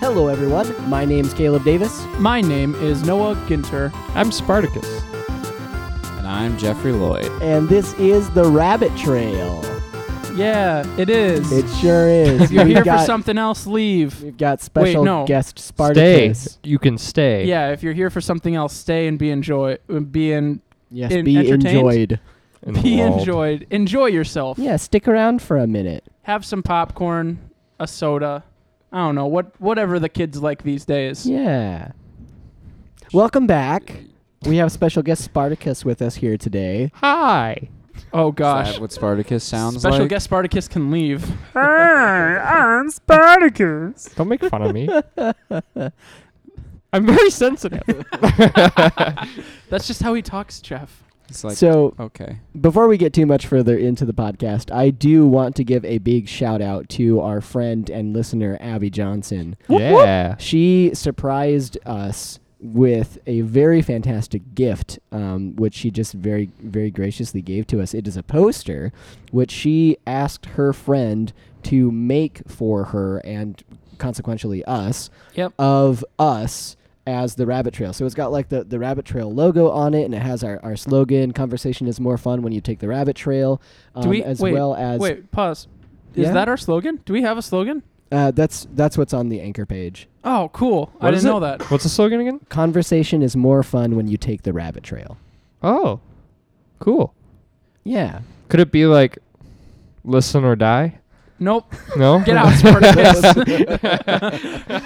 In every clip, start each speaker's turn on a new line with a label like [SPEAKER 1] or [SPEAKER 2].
[SPEAKER 1] everyone. My name's Caleb Davis.
[SPEAKER 2] My name is Noah Ginter.
[SPEAKER 3] I'm Spartacus.
[SPEAKER 4] And I'm Jeffrey Lloyd.
[SPEAKER 1] and this is the Rabbit Trail.
[SPEAKER 2] Yeah, it is.
[SPEAKER 1] It sure is.
[SPEAKER 2] if you're
[SPEAKER 1] We've
[SPEAKER 2] here
[SPEAKER 1] got,
[SPEAKER 2] for something else, leave.
[SPEAKER 1] We've got special
[SPEAKER 2] no.
[SPEAKER 1] guest
[SPEAKER 3] Stay.
[SPEAKER 1] Spartacus.
[SPEAKER 3] You can stay.
[SPEAKER 2] Yeah, if you're here for something else, stay and be enjoy. uh, Be in,
[SPEAKER 1] Yes,
[SPEAKER 2] In-
[SPEAKER 1] be
[SPEAKER 2] entertained?
[SPEAKER 1] enjoyed.
[SPEAKER 3] And
[SPEAKER 2] be
[SPEAKER 3] lulled.
[SPEAKER 2] enjoyed. Enjoy yourself.
[SPEAKER 1] Yeah, stick around for a minute.
[SPEAKER 2] Have some popcorn, a soda. I don't know what whatever the kids like these days.
[SPEAKER 1] Yeah. Welcome back. We have special guest Spartacus with us here today.
[SPEAKER 3] Hi.
[SPEAKER 2] Oh
[SPEAKER 4] Is
[SPEAKER 2] gosh.
[SPEAKER 4] that what Spartacus sounds
[SPEAKER 2] Special
[SPEAKER 4] like?
[SPEAKER 2] guest Spartacus can leave.
[SPEAKER 3] Don't make fun of me. I'm very sensitive.
[SPEAKER 2] That's just how he talks, Jeff.
[SPEAKER 4] It's like,
[SPEAKER 1] so,
[SPEAKER 4] okay.
[SPEAKER 1] before we get too much further into the podcast, I do want to give a big shout out to our friend and listener, Abby Johnson.
[SPEAKER 3] yeah.
[SPEAKER 1] She surprised us with a very fantastic gift, um, which she just very, very graciously gave to us. It is a poster, which she asked her friend to make for her and consequentially us
[SPEAKER 2] Yep.
[SPEAKER 1] of us as the rabbit trail so it's got like the, the rabbit trail logo on it and it has our, our slogan conversation is more fun when you take the rabbit trail um,
[SPEAKER 2] Do we
[SPEAKER 1] as
[SPEAKER 2] wait,
[SPEAKER 1] well as
[SPEAKER 2] wait, pause. Is
[SPEAKER 1] Yeah?
[SPEAKER 2] that our slogan? Do we have a slogan?
[SPEAKER 1] Uh, that's that's what's on the anchor page
[SPEAKER 2] Oh, cool. I
[SPEAKER 3] What
[SPEAKER 2] didn't
[SPEAKER 3] is
[SPEAKER 2] know
[SPEAKER 3] it?
[SPEAKER 2] that.
[SPEAKER 3] What's the slogan again?
[SPEAKER 1] conversation is more fun when you take the rabbit trail
[SPEAKER 3] Oh. Cool.
[SPEAKER 1] yeah
[SPEAKER 3] Could it be like listen or die?
[SPEAKER 2] Nope.
[SPEAKER 3] No?
[SPEAKER 2] Get out, Spartacus.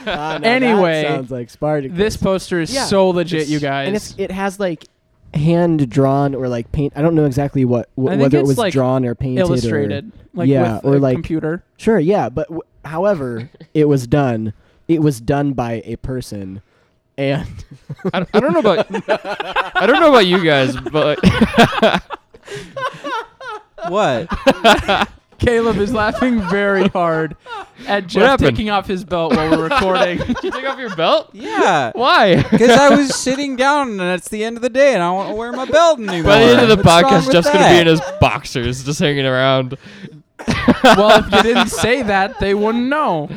[SPEAKER 1] Ah, no, that
[SPEAKER 2] Anyway,
[SPEAKER 1] sounds like Spartacus.
[SPEAKER 2] this poster is
[SPEAKER 1] Yeah.
[SPEAKER 2] so legit, you guys.
[SPEAKER 1] and it's, it has like hand drawn or like paint. I don't know exactly what wh-
[SPEAKER 2] I think
[SPEAKER 1] whether it
[SPEAKER 2] it's,
[SPEAKER 1] was
[SPEAKER 2] like,
[SPEAKER 1] drawn or painted. or-
[SPEAKER 2] illustrated, like
[SPEAKER 1] yeah,
[SPEAKER 2] with
[SPEAKER 1] or
[SPEAKER 2] a
[SPEAKER 1] like-
[SPEAKER 2] computer.
[SPEAKER 1] sure, yeah, but w- however, it was done. It was done by a person, and
[SPEAKER 3] I, don't- I don't know about I don't know about you guys, but
[SPEAKER 4] what?
[SPEAKER 2] Caleb is laughing very hard at Jeff
[SPEAKER 3] happened?
[SPEAKER 2] taking off his belt while we're recording.
[SPEAKER 3] Did you take off your belt?
[SPEAKER 4] Yeah.
[SPEAKER 3] Why?
[SPEAKER 4] Because I was sitting down and it's the end of the day and I don't want to wear my belt anymore.
[SPEAKER 3] By the end of the
[SPEAKER 4] What's wrong
[SPEAKER 3] podcast,
[SPEAKER 4] with
[SPEAKER 3] Jeff's gonna be
[SPEAKER 4] that?
[SPEAKER 3] in his boxers, just hanging around.
[SPEAKER 2] well, if you didn't say that, they wouldn't know.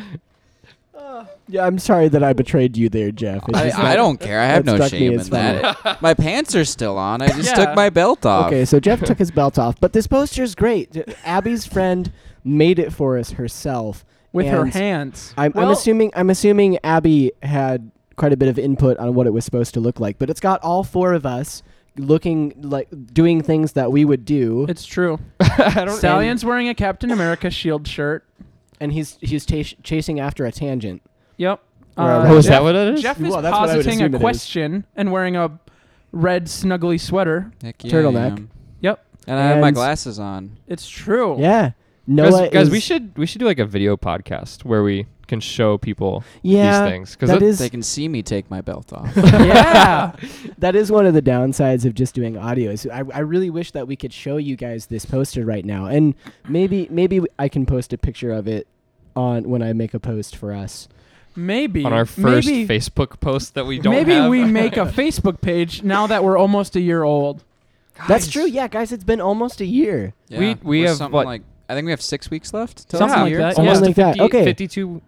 [SPEAKER 1] yeah, I'm sorry that I betrayed you there, Jeff. It's just
[SPEAKER 4] I, I
[SPEAKER 1] not-
[SPEAKER 4] don't care. I have
[SPEAKER 1] that
[SPEAKER 4] no
[SPEAKER 1] struck me
[SPEAKER 4] shame
[SPEAKER 1] as
[SPEAKER 4] in that. my pants are still on. I just
[SPEAKER 2] Yeah.
[SPEAKER 4] took my belt off.
[SPEAKER 1] Okay, so Jeff took his belt off, but this poster is great. Abby's friend made it for us herself
[SPEAKER 2] With her
[SPEAKER 1] and
[SPEAKER 2] hands.
[SPEAKER 1] I'm,
[SPEAKER 2] well,
[SPEAKER 1] I'm assuming I'm assuming Abby had quite a bit of input on what it was supposed to look like, but it's got all four of us looking like doing things that we would do,
[SPEAKER 2] It's true.
[SPEAKER 3] I don't.
[SPEAKER 2] Stallion's wearing a Captain America shield shirt.
[SPEAKER 1] and he's he's tas chasing after a tangent.
[SPEAKER 2] Yep. Uh,
[SPEAKER 1] Where I
[SPEAKER 3] Oh, is
[SPEAKER 2] Jeff-
[SPEAKER 3] that what it is?
[SPEAKER 2] Jeff is
[SPEAKER 1] Well, that's what I would
[SPEAKER 2] positing
[SPEAKER 1] assume it
[SPEAKER 2] a
[SPEAKER 1] is.
[SPEAKER 2] question and wearing a red snuggly sweater.
[SPEAKER 4] Heck yeah,
[SPEAKER 1] Turtleneck.
[SPEAKER 4] I am.
[SPEAKER 2] Yep.
[SPEAKER 4] And I have my
[SPEAKER 1] And-
[SPEAKER 4] glasses on.
[SPEAKER 2] It's true.
[SPEAKER 1] Yeah,
[SPEAKER 3] guys,
[SPEAKER 1] Noah.
[SPEAKER 3] guys, we
[SPEAKER 1] is-
[SPEAKER 3] should we should do like a video podcast where we can show people
[SPEAKER 1] Yeah,
[SPEAKER 3] these things
[SPEAKER 1] that is
[SPEAKER 4] They can see me take my belt off.
[SPEAKER 2] yeah.
[SPEAKER 1] that is one of the downsides of just doing audio. Is I, I really wish that we could show you guys this poster right now, and maybe maybe I can post a picture of it on when I make a post for us.
[SPEAKER 2] Maybe.
[SPEAKER 3] on our first
[SPEAKER 2] maybe,
[SPEAKER 3] Facebook post that we don't.
[SPEAKER 2] Maybe
[SPEAKER 3] have.
[SPEAKER 2] we make a Facebook page now that we're almost a year old.
[SPEAKER 1] That's true. Yeah, guys, it's been almost a year.
[SPEAKER 4] Yeah,
[SPEAKER 3] We- we
[SPEAKER 4] we're
[SPEAKER 3] have,
[SPEAKER 4] something
[SPEAKER 3] what-
[SPEAKER 4] like I think we have six weeks left. till
[SPEAKER 2] Something
[SPEAKER 4] the
[SPEAKER 2] like
[SPEAKER 4] year.
[SPEAKER 2] that.
[SPEAKER 3] Almost
[SPEAKER 1] Something
[SPEAKER 3] a
[SPEAKER 1] like that.
[SPEAKER 3] 50
[SPEAKER 1] Okay.
[SPEAKER 3] 52.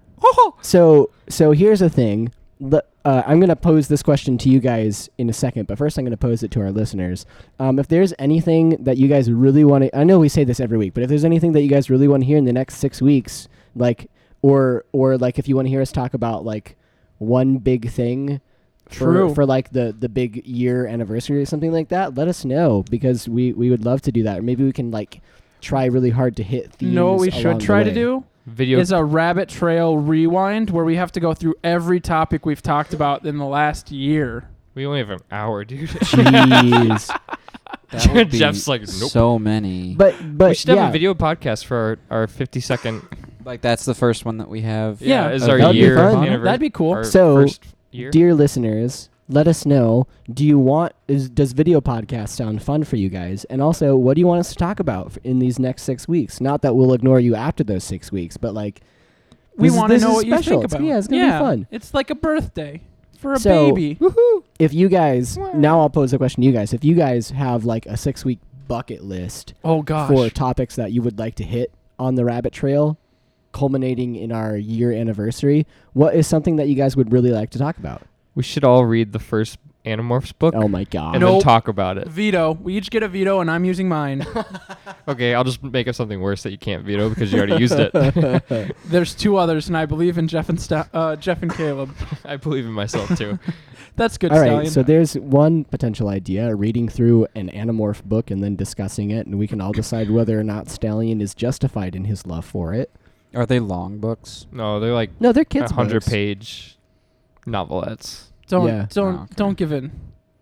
[SPEAKER 1] So so here's the thing. The, uh, I'm going to pose this question to you guys in a second, but first I'm going to pose it to our listeners. Um, if there's anything that you guys really want to, I know we say this every week, but if there's anything that you guys really want to hear in the next six weeks, like or or like if you want to hear us talk about like one big thing.
[SPEAKER 2] True.
[SPEAKER 1] For, for like the the big year anniversary or something like that, let us know because we we would love to do that. Or maybe we can like try really hard to hit
[SPEAKER 2] You
[SPEAKER 1] themes.
[SPEAKER 2] know what we should
[SPEAKER 1] along the
[SPEAKER 2] try to
[SPEAKER 1] way.
[SPEAKER 2] do?
[SPEAKER 3] Video.
[SPEAKER 2] Is a rabbit trail rewind where we have to go through every topic we've talked about in the last year.
[SPEAKER 3] we only have an hour, dude.
[SPEAKER 1] Jeez.
[SPEAKER 4] That would be
[SPEAKER 3] Jeff's like, nope.
[SPEAKER 4] so many.
[SPEAKER 1] But but
[SPEAKER 3] we should have
[SPEAKER 1] yeah.
[SPEAKER 3] a video podcast for our, our 50 second.
[SPEAKER 4] like that's the first one that we have.
[SPEAKER 2] Yeah.
[SPEAKER 3] is
[SPEAKER 4] That'd
[SPEAKER 3] our
[SPEAKER 1] be
[SPEAKER 3] year.
[SPEAKER 1] fun.
[SPEAKER 3] anniver-
[SPEAKER 2] That'd be cool.
[SPEAKER 3] our
[SPEAKER 1] So,
[SPEAKER 3] first year.
[SPEAKER 1] Dear listeners, let us know. Do you want is does video podcast sound fun for you guys? And also, what do you want us to talk about f- in these next six weeks? Not that we'll ignore you after those six weeks, but like
[SPEAKER 2] We
[SPEAKER 1] this is-
[SPEAKER 2] want to
[SPEAKER 1] this
[SPEAKER 2] know
[SPEAKER 1] is
[SPEAKER 2] what you
[SPEAKER 1] special.
[SPEAKER 2] think
[SPEAKER 1] It's-
[SPEAKER 2] about.
[SPEAKER 1] yeah, it's gonna be fun.
[SPEAKER 2] It's like a birthday for a
[SPEAKER 1] So-
[SPEAKER 2] baby.
[SPEAKER 1] if you guys now I'll pose a question to you guys. If you guys have like a six week bucket list
[SPEAKER 2] Oh gosh.
[SPEAKER 1] for topics that you would like to hit on the rabbit trail, culminating in our year anniversary, what is something that you guys would really like to talk about?
[SPEAKER 3] We should all read the first Animorphs book
[SPEAKER 1] Oh my god.
[SPEAKER 3] and then
[SPEAKER 2] Nope.
[SPEAKER 3] talk about it.
[SPEAKER 2] Veto. We each get a veto, and I'm using mine.
[SPEAKER 3] Okay, I'll just make up something worse that you can't veto because you already used it.
[SPEAKER 2] There's two others, and I believe in Jeff and Sta- uh, Jeff and Caleb.
[SPEAKER 3] I believe in myself too.
[SPEAKER 2] That's good.
[SPEAKER 1] All right,
[SPEAKER 2] Stallion.
[SPEAKER 1] so there's one potential idea: reading through an Animorph book and then discussing it, and we can all decide whether or not Stallion is justified in his love for it.
[SPEAKER 4] Are they long books?
[SPEAKER 3] No, they're like
[SPEAKER 1] No, they're kids.
[SPEAKER 3] a hundred
[SPEAKER 1] books.
[SPEAKER 3] page novelettes.
[SPEAKER 2] don't
[SPEAKER 1] yeah.
[SPEAKER 2] don't
[SPEAKER 4] Oh, okay.
[SPEAKER 2] don't give in.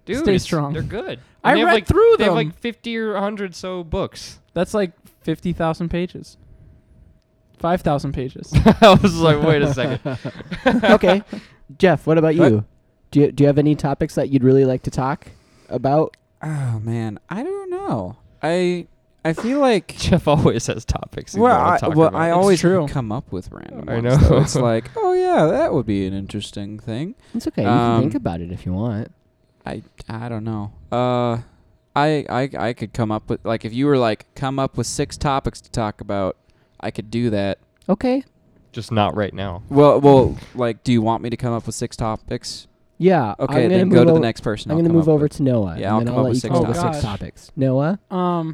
[SPEAKER 3] Dude,
[SPEAKER 2] Stay
[SPEAKER 3] it's-
[SPEAKER 2] strong.
[SPEAKER 3] They're good.
[SPEAKER 2] I
[SPEAKER 3] they have
[SPEAKER 2] read
[SPEAKER 3] like,
[SPEAKER 2] through
[SPEAKER 3] They
[SPEAKER 2] them.
[SPEAKER 3] have like fifty or hundred so books.
[SPEAKER 2] That's like fifty thousand pages. Five thousand pages.
[SPEAKER 3] I was like, wait a second.
[SPEAKER 1] okay, Jeff, what about
[SPEAKER 4] What?
[SPEAKER 1] you? Do you do you have any topics that you'd really like to talk about?
[SPEAKER 4] Oh man, I don't know. I I feel like
[SPEAKER 3] Jeff always has topics. he
[SPEAKER 4] well,
[SPEAKER 3] wanna
[SPEAKER 4] I,
[SPEAKER 3] talk
[SPEAKER 4] well,
[SPEAKER 3] about.
[SPEAKER 4] I always
[SPEAKER 2] true.
[SPEAKER 4] come up with random.
[SPEAKER 3] I
[SPEAKER 4] ones, though.
[SPEAKER 3] know.
[SPEAKER 4] It's like, oh yeah, that would be an interesting thing.
[SPEAKER 1] It's okay. You
[SPEAKER 4] Um,
[SPEAKER 1] can think about it if you want.
[SPEAKER 4] I I don't know. Uh, I I I could come up with like if you were like come up with six topics to talk about, I could do that.
[SPEAKER 1] Okay.
[SPEAKER 3] just not right now.
[SPEAKER 4] Well, well, like, do you want me to come up with six topics?
[SPEAKER 1] Yeah. I'm
[SPEAKER 4] Okay,
[SPEAKER 1] gonna
[SPEAKER 4] then
[SPEAKER 1] move
[SPEAKER 4] go to
[SPEAKER 1] o-
[SPEAKER 4] the next person.
[SPEAKER 1] I'm
[SPEAKER 4] I'll
[SPEAKER 1] going to
[SPEAKER 4] come
[SPEAKER 1] move
[SPEAKER 4] up
[SPEAKER 1] over
[SPEAKER 4] with.
[SPEAKER 1] to Noah.
[SPEAKER 4] Yeah,
[SPEAKER 1] and
[SPEAKER 4] I'll
[SPEAKER 1] then
[SPEAKER 4] come
[SPEAKER 1] I'll
[SPEAKER 4] up
[SPEAKER 1] let
[SPEAKER 4] with
[SPEAKER 1] you
[SPEAKER 4] six
[SPEAKER 1] come up with six
[SPEAKER 2] topics.
[SPEAKER 1] topics. Noah,
[SPEAKER 2] Um,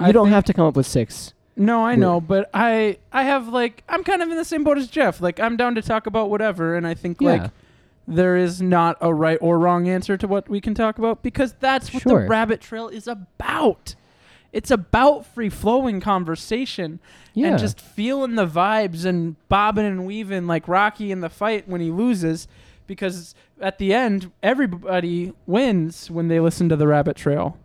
[SPEAKER 1] you
[SPEAKER 2] I
[SPEAKER 1] don't
[SPEAKER 2] think-
[SPEAKER 1] have to come up with six.
[SPEAKER 2] No, I
[SPEAKER 1] Yeah.
[SPEAKER 2] know, but I I have like I'm kind of in the same boat as Jeff. Like I'm down to talk about whatever, and I think
[SPEAKER 1] Yeah.
[SPEAKER 2] like there is not a right or wrong answer to what we can talk about because that's what
[SPEAKER 1] Sure.
[SPEAKER 2] the rabbit trail is about. It's about free flowing conversation
[SPEAKER 1] Yeah.
[SPEAKER 2] and just feeling the vibes and bobbing and weaving like Rocky in the fight when he loses because at the end everybody wins when they listen to the rabbit trail.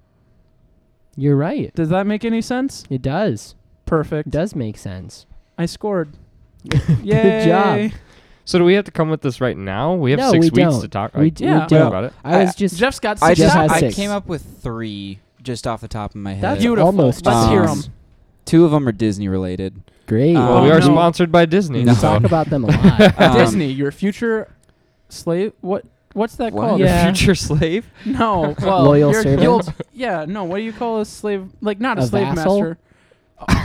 [SPEAKER 1] You're right.
[SPEAKER 2] Does that make any sense?
[SPEAKER 1] It does.
[SPEAKER 2] Perfect.
[SPEAKER 1] It does make sense.
[SPEAKER 2] I scored.
[SPEAKER 1] Good job.
[SPEAKER 2] Yay.
[SPEAKER 3] So do we have to come with this right now? We have
[SPEAKER 1] No,
[SPEAKER 3] six
[SPEAKER 1] we
[SPEAKER 3] weeks
[SPEAKER 1] don't.
[SPEAKER 3] to talk.
[SPEAKER 1] We
[SPEAKER 3] like,
[SPEAKER 1] d-
[SPEAKER 2] we
[SPEAKER 3] talk
[SPEAKER 1] don't.
[SPEAKER 3] about it.
[SPEAKER 1] I
[SPEAKER 2] Uh,
[SPEAKER 1] was
[SPEAKER 4] I-
[SPEAKER 1] just
[SPEAKER 2] Jeff's got
[SPEAKER 4] I
[SPEAKER 2] six
[SPEAKER 1] just
[SPEAKER 4] just
[SPEAKER 1] had
[SPEAKER 2] shots.
[SPEAKER 4] I
[SPEAKER 1] six.
[SPEAKER 4] came up with three just off the top of my head.
[SPEAKER 1] That's
[SPEAKER 2] Beautiful.
[SPEAKER 1] almost
[SPEAKER 2] Let's
[SPEAKER 1] just
[SPEAKER 2] hear
[SPEAKER 4] Um,
[SPEAKER 2] them.
[SPEAKER 4] Two of them are Disney related.
[SPEAKER 1] great. Um,
[SPEAKER 4] Uh,
[SPEAKER 3] Well, we
[SPEAKER 2] Oh,
[SPEAKER 3] are
[SPEAKER 2] no.
[SPEAKER 3] sponsored by Disney.
[SPEAKER 1] We
[SPEAKER 4] No.
[SPEAKER 3] so-
[SPEAKER 1] talk about them a lot.
[SPEAKER 4] Um,
[SPEAKER 2] Disney, your future slave. What? What's that
[SPEAKER 4] What?
[SPEAKER 2] called?
[SPEAKER 3] Your
[SPEAKER 1] Yeah.
[SPEAKER 3] future slave.
[SPEAKER 2] No. Well,
[SPEAKER 1] Loyal
[SPEAKER 2] you're-
[SPEAKER 1] servant?
[SPEAKER 2] you'll- Yeah. No. What do you call a slave? Like not a,
[SPEAKER 1] A
[SPEAKER 2] slave
[SPEAKER 1] vassal?
[SPEAKER 2] master.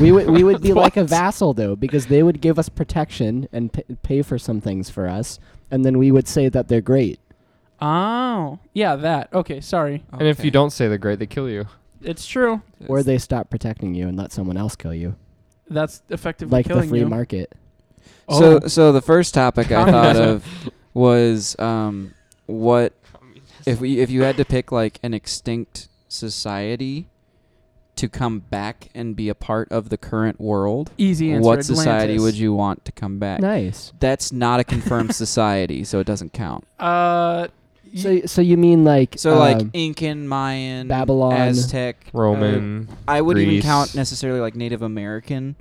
[SPEAKER 1] we would we would be like a vassal though, because they would give us protection and p- pay for some things for us, and then we would say that they're great.
[SPEAKER 2] Oh. Yeah. That. Okay. Sorry.
[SPEAKER 3] And if you don't say the great, they kill you.
[SPEAKER 2] It's true.
[SPEAKER 1] Or they stop protecting you and let someone else kill you,
[SPEAKER 2] That's effectively
[SPEAKER 1] like the
[SPEAKER 2] killing
[SPEAKER 1] free
[SPEAKER 2] you.
[SPEAKER 1] market.
[SPEAKER 3] Oh.
[SPEAKER 4] So so the first topic I thought
[SPEAKER 2] Communism.
[SPEAKER 4] of was um what if we if you had to pick like an extinct society to come back and be a part of the current world,
[SPEAKER 2] Easy answer.
[SPEAKER 4] what society
[SPEAKER 2] Atlantis.
[SPEAKER 4] would you want to come
[SPEAKER 2] Uh,
[SPEAKER 4] back?
[SPEAKER 1] Nice.
[SPEAKER 4] That's not a confirmed society, so it doesn't count.
[SPEAKER 2] Uh. y-
[SPEAKER 1] So so you mean like
[SPEAKER 4] So like
[SPEAKER 1] um,
[SPEAKER 4] Incan, Mayan,
[SPEAKER 1] Babylon.
[SPEAKER 4] Aztec, uh,
[SPEAKER 3] Roman.
[SPEAKER 4] I wouldn't
[SPEAKER 3] Greece.
[SPEAKER 4] even count necessarily like Native American.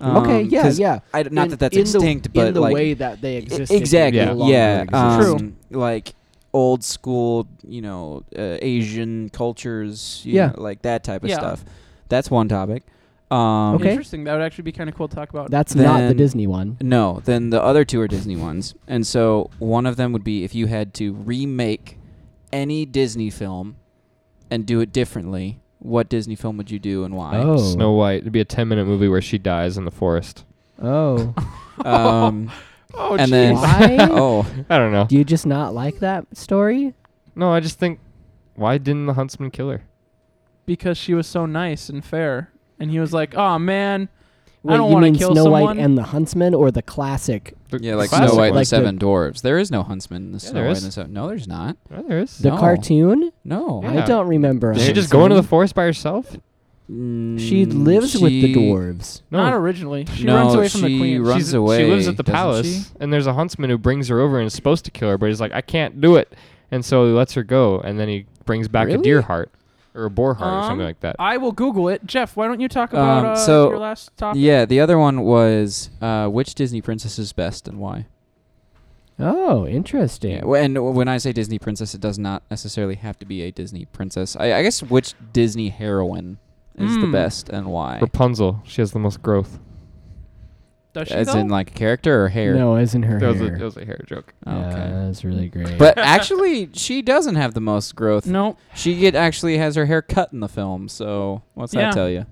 [SPEAKER 1] okay,
[SPEAKER 4] um,
[SPEAKER 1] yeah,
[SPEAKER 4] 'cause
[SPEAKER 1] yeah.
[SPEAKER 4] I d- not
[SPEAKER 1] In-
[SPEAKER 4] that that's
[SPEAKER 1] in the-
[SPEAKER 4] extinct, but
[SPEAKER 1] in the
[SPEAKER 4] like
[SPEAKER 1] way that they
[SPEAKER 4] I-
[SPEAKER 1] existed,
[SPEAKER 4] Exactly.
[SPEAKER 1] no
[SPEAKER 4] Yeah.
[SPEAKER 1] longer
[SPEAKER 4] Um,
[SPEAKER 1] exist.
[SPEAKER 4] Like old school, you know, uh, Asian cultures. You
[SPEAKER 1] Yeah.
[SPEAKER 4] Know, like that type of
[SPEAKER 2] Yeah.
[SPEAKER 4] stuff. That's one topic. Um,
[SPEAKER 1] Okay.
[SPEAKER 2] Interesting. That would actually be kind of cool to talk about.
[SPEAKER 1] That's not the
[SPEAKER 4] Then-
[SPEAKER 1] Disney one.
[SPEAKER 4] No, then the other two are Disney ones, and so one of them would be if you had to remake any Disney film and do it differently. What Disney film would you do and why?
[SPEAKER 1] Oh,
[SPEAKER 3] Snow White. It'd be a 10 minute movie where she dies in the forest.
[SPEAKER 1] oh,
[SPEAKER 4] Um,
[SPEAKER 2] oh.
[SPEAKER 4] and
[SPEAKER 2] jeez.
[SPEAKER 4] then
[SPEAKER 1] Why?
[SPEAKER 4] oh,
[SPEAKER 3] I don't know.
[SPEAKER 1] do you just not like that story?
[SPEAKER 3] No, I just think, why didn't the huntsman kill her?
[SPEAKER 2] because she was so nice and fair, and he was like, "Oh man."
[SPEAKER 1] Wait,
[SPEAKER 2] don't
[SPEAKER 1] you
[SPEAKER 2] wanna
[SPEAKER 1] mean
[SPEAKER 2] kill
[SPEAKER 1] Snow
[SPEAKER 2] someone.
[SPEAKER 1] White and the Huntsman, or the classic,
[SPEAKER 3] The-
[SPEAKER 4] yeah,
[SPEAKER 3] the
[SPEAKER 4] like
[SPEAKER 3] classic
[SPEAKER 4] Snow White and
[SPEAKER 1] Like
[SPEAKER 4] the
[SPEAKER 1] the-
[SPEAKER 4] Seven Dwarves. There is no huntsman. in The
[SPEAKER 3] Yeah,
[SPEAKER 4] Snow
[SPEAKER 3] there
[SPEAKER 4] White
[SPEAKER 3] is.
[SPEAKER 4] and the Seven. No, there's not.
[SPEAKER 3] one. Oh, there is.
[SPEAKER 1] the
[SPEAKER 4] No.
[SPEAKER 1] cartoon?
[SPEAKER 4] No.
[SPEAKER 1] I
[SPEAKER 3] Yeah.
[SPEAKER 1] don't remember. a
[SPEAKER 3] Did she just
[SPEAKER 1] Huntsman.
[SPEAKER 3] go into the forest by herself?
[SPEAKER 1] She
[SPEAKER 4] Mm,
[SPEAKER 1] lives with the
[SPEAKER 4] she-
[SPEAKER 1] dwarves.
[SPEAKER 3] No.
[SPEAKER 2] Not originally. She
[SPEAKER 4] No,
[SPEAKER 2] runs away from the
[SPEAKER 4] she
[SPEAKER 2] queen.
[SPEAKER 4] runs
[SPEAKER 3] She's-
[SPEAKER 4] away.
[SPEAKER 3] She lives at the
[SPEAKER 4] doesn't
[SPEAKER 3] palace,
[SPEAKER 4] she?
[SPEAKER 3] and there's a huntsman who brings her over and is supposed to kill her, but he's like, I can't do it, and so he lets her go, and then he brings back a
[SPEAKER 1] Really?
[SPEAKER 3] deer heart or a boar heart
[SPEAKER 2] Um,
[SPEAKER 3] or something like that.
[SPEAKER 2] I will Google it. Jeff, why don't you talk about
[SPEAKER 4] Um,
[SPEAKER 2] uh,
[SPEAKER 4] so-
[SPEAKER 2] your last topic?
[SPEAKER 4] Yeah, the other one was uh, which Disney princess is best and why.
[SPEAKER 1] Oh, interesting.
[SPEAKER 4] Yeah, and w- when I say Disney princess, it does not necessarily have to be a Disney princess. I, I guess which Disney heroine is
[SPEAKER 2] Mm.
[SPEAKER 4] the best and why?
[SPEAKER 3] Rapunzel. She has the most growth.
[SPEAKER 2] Does she
[SPEAKER 4] As
[SPEAKER 2] though?
[SPEAKER 4] in like a character or hair?
[SPEAKER 1] No, as in her
[SPEAKER 3] That was, a,
[SPEAKER 1] hair.
[SPEAKER 3] that was a hair joke.
[SPEAKER 4] Oh,
[SPEAKER 1] Yeah,
[SPEAKER 4] Okay.
[SPEAKER 1] that's really great.
[SPEAKER 4] But actually, she doesn't have the most growth.
[SPEAKER 2] no.
[SPEAKER 4] She get actually has her hair cut in the film. So what's
[SPEAKER 2] Yeah.
[SPEAKER 4] that tell you?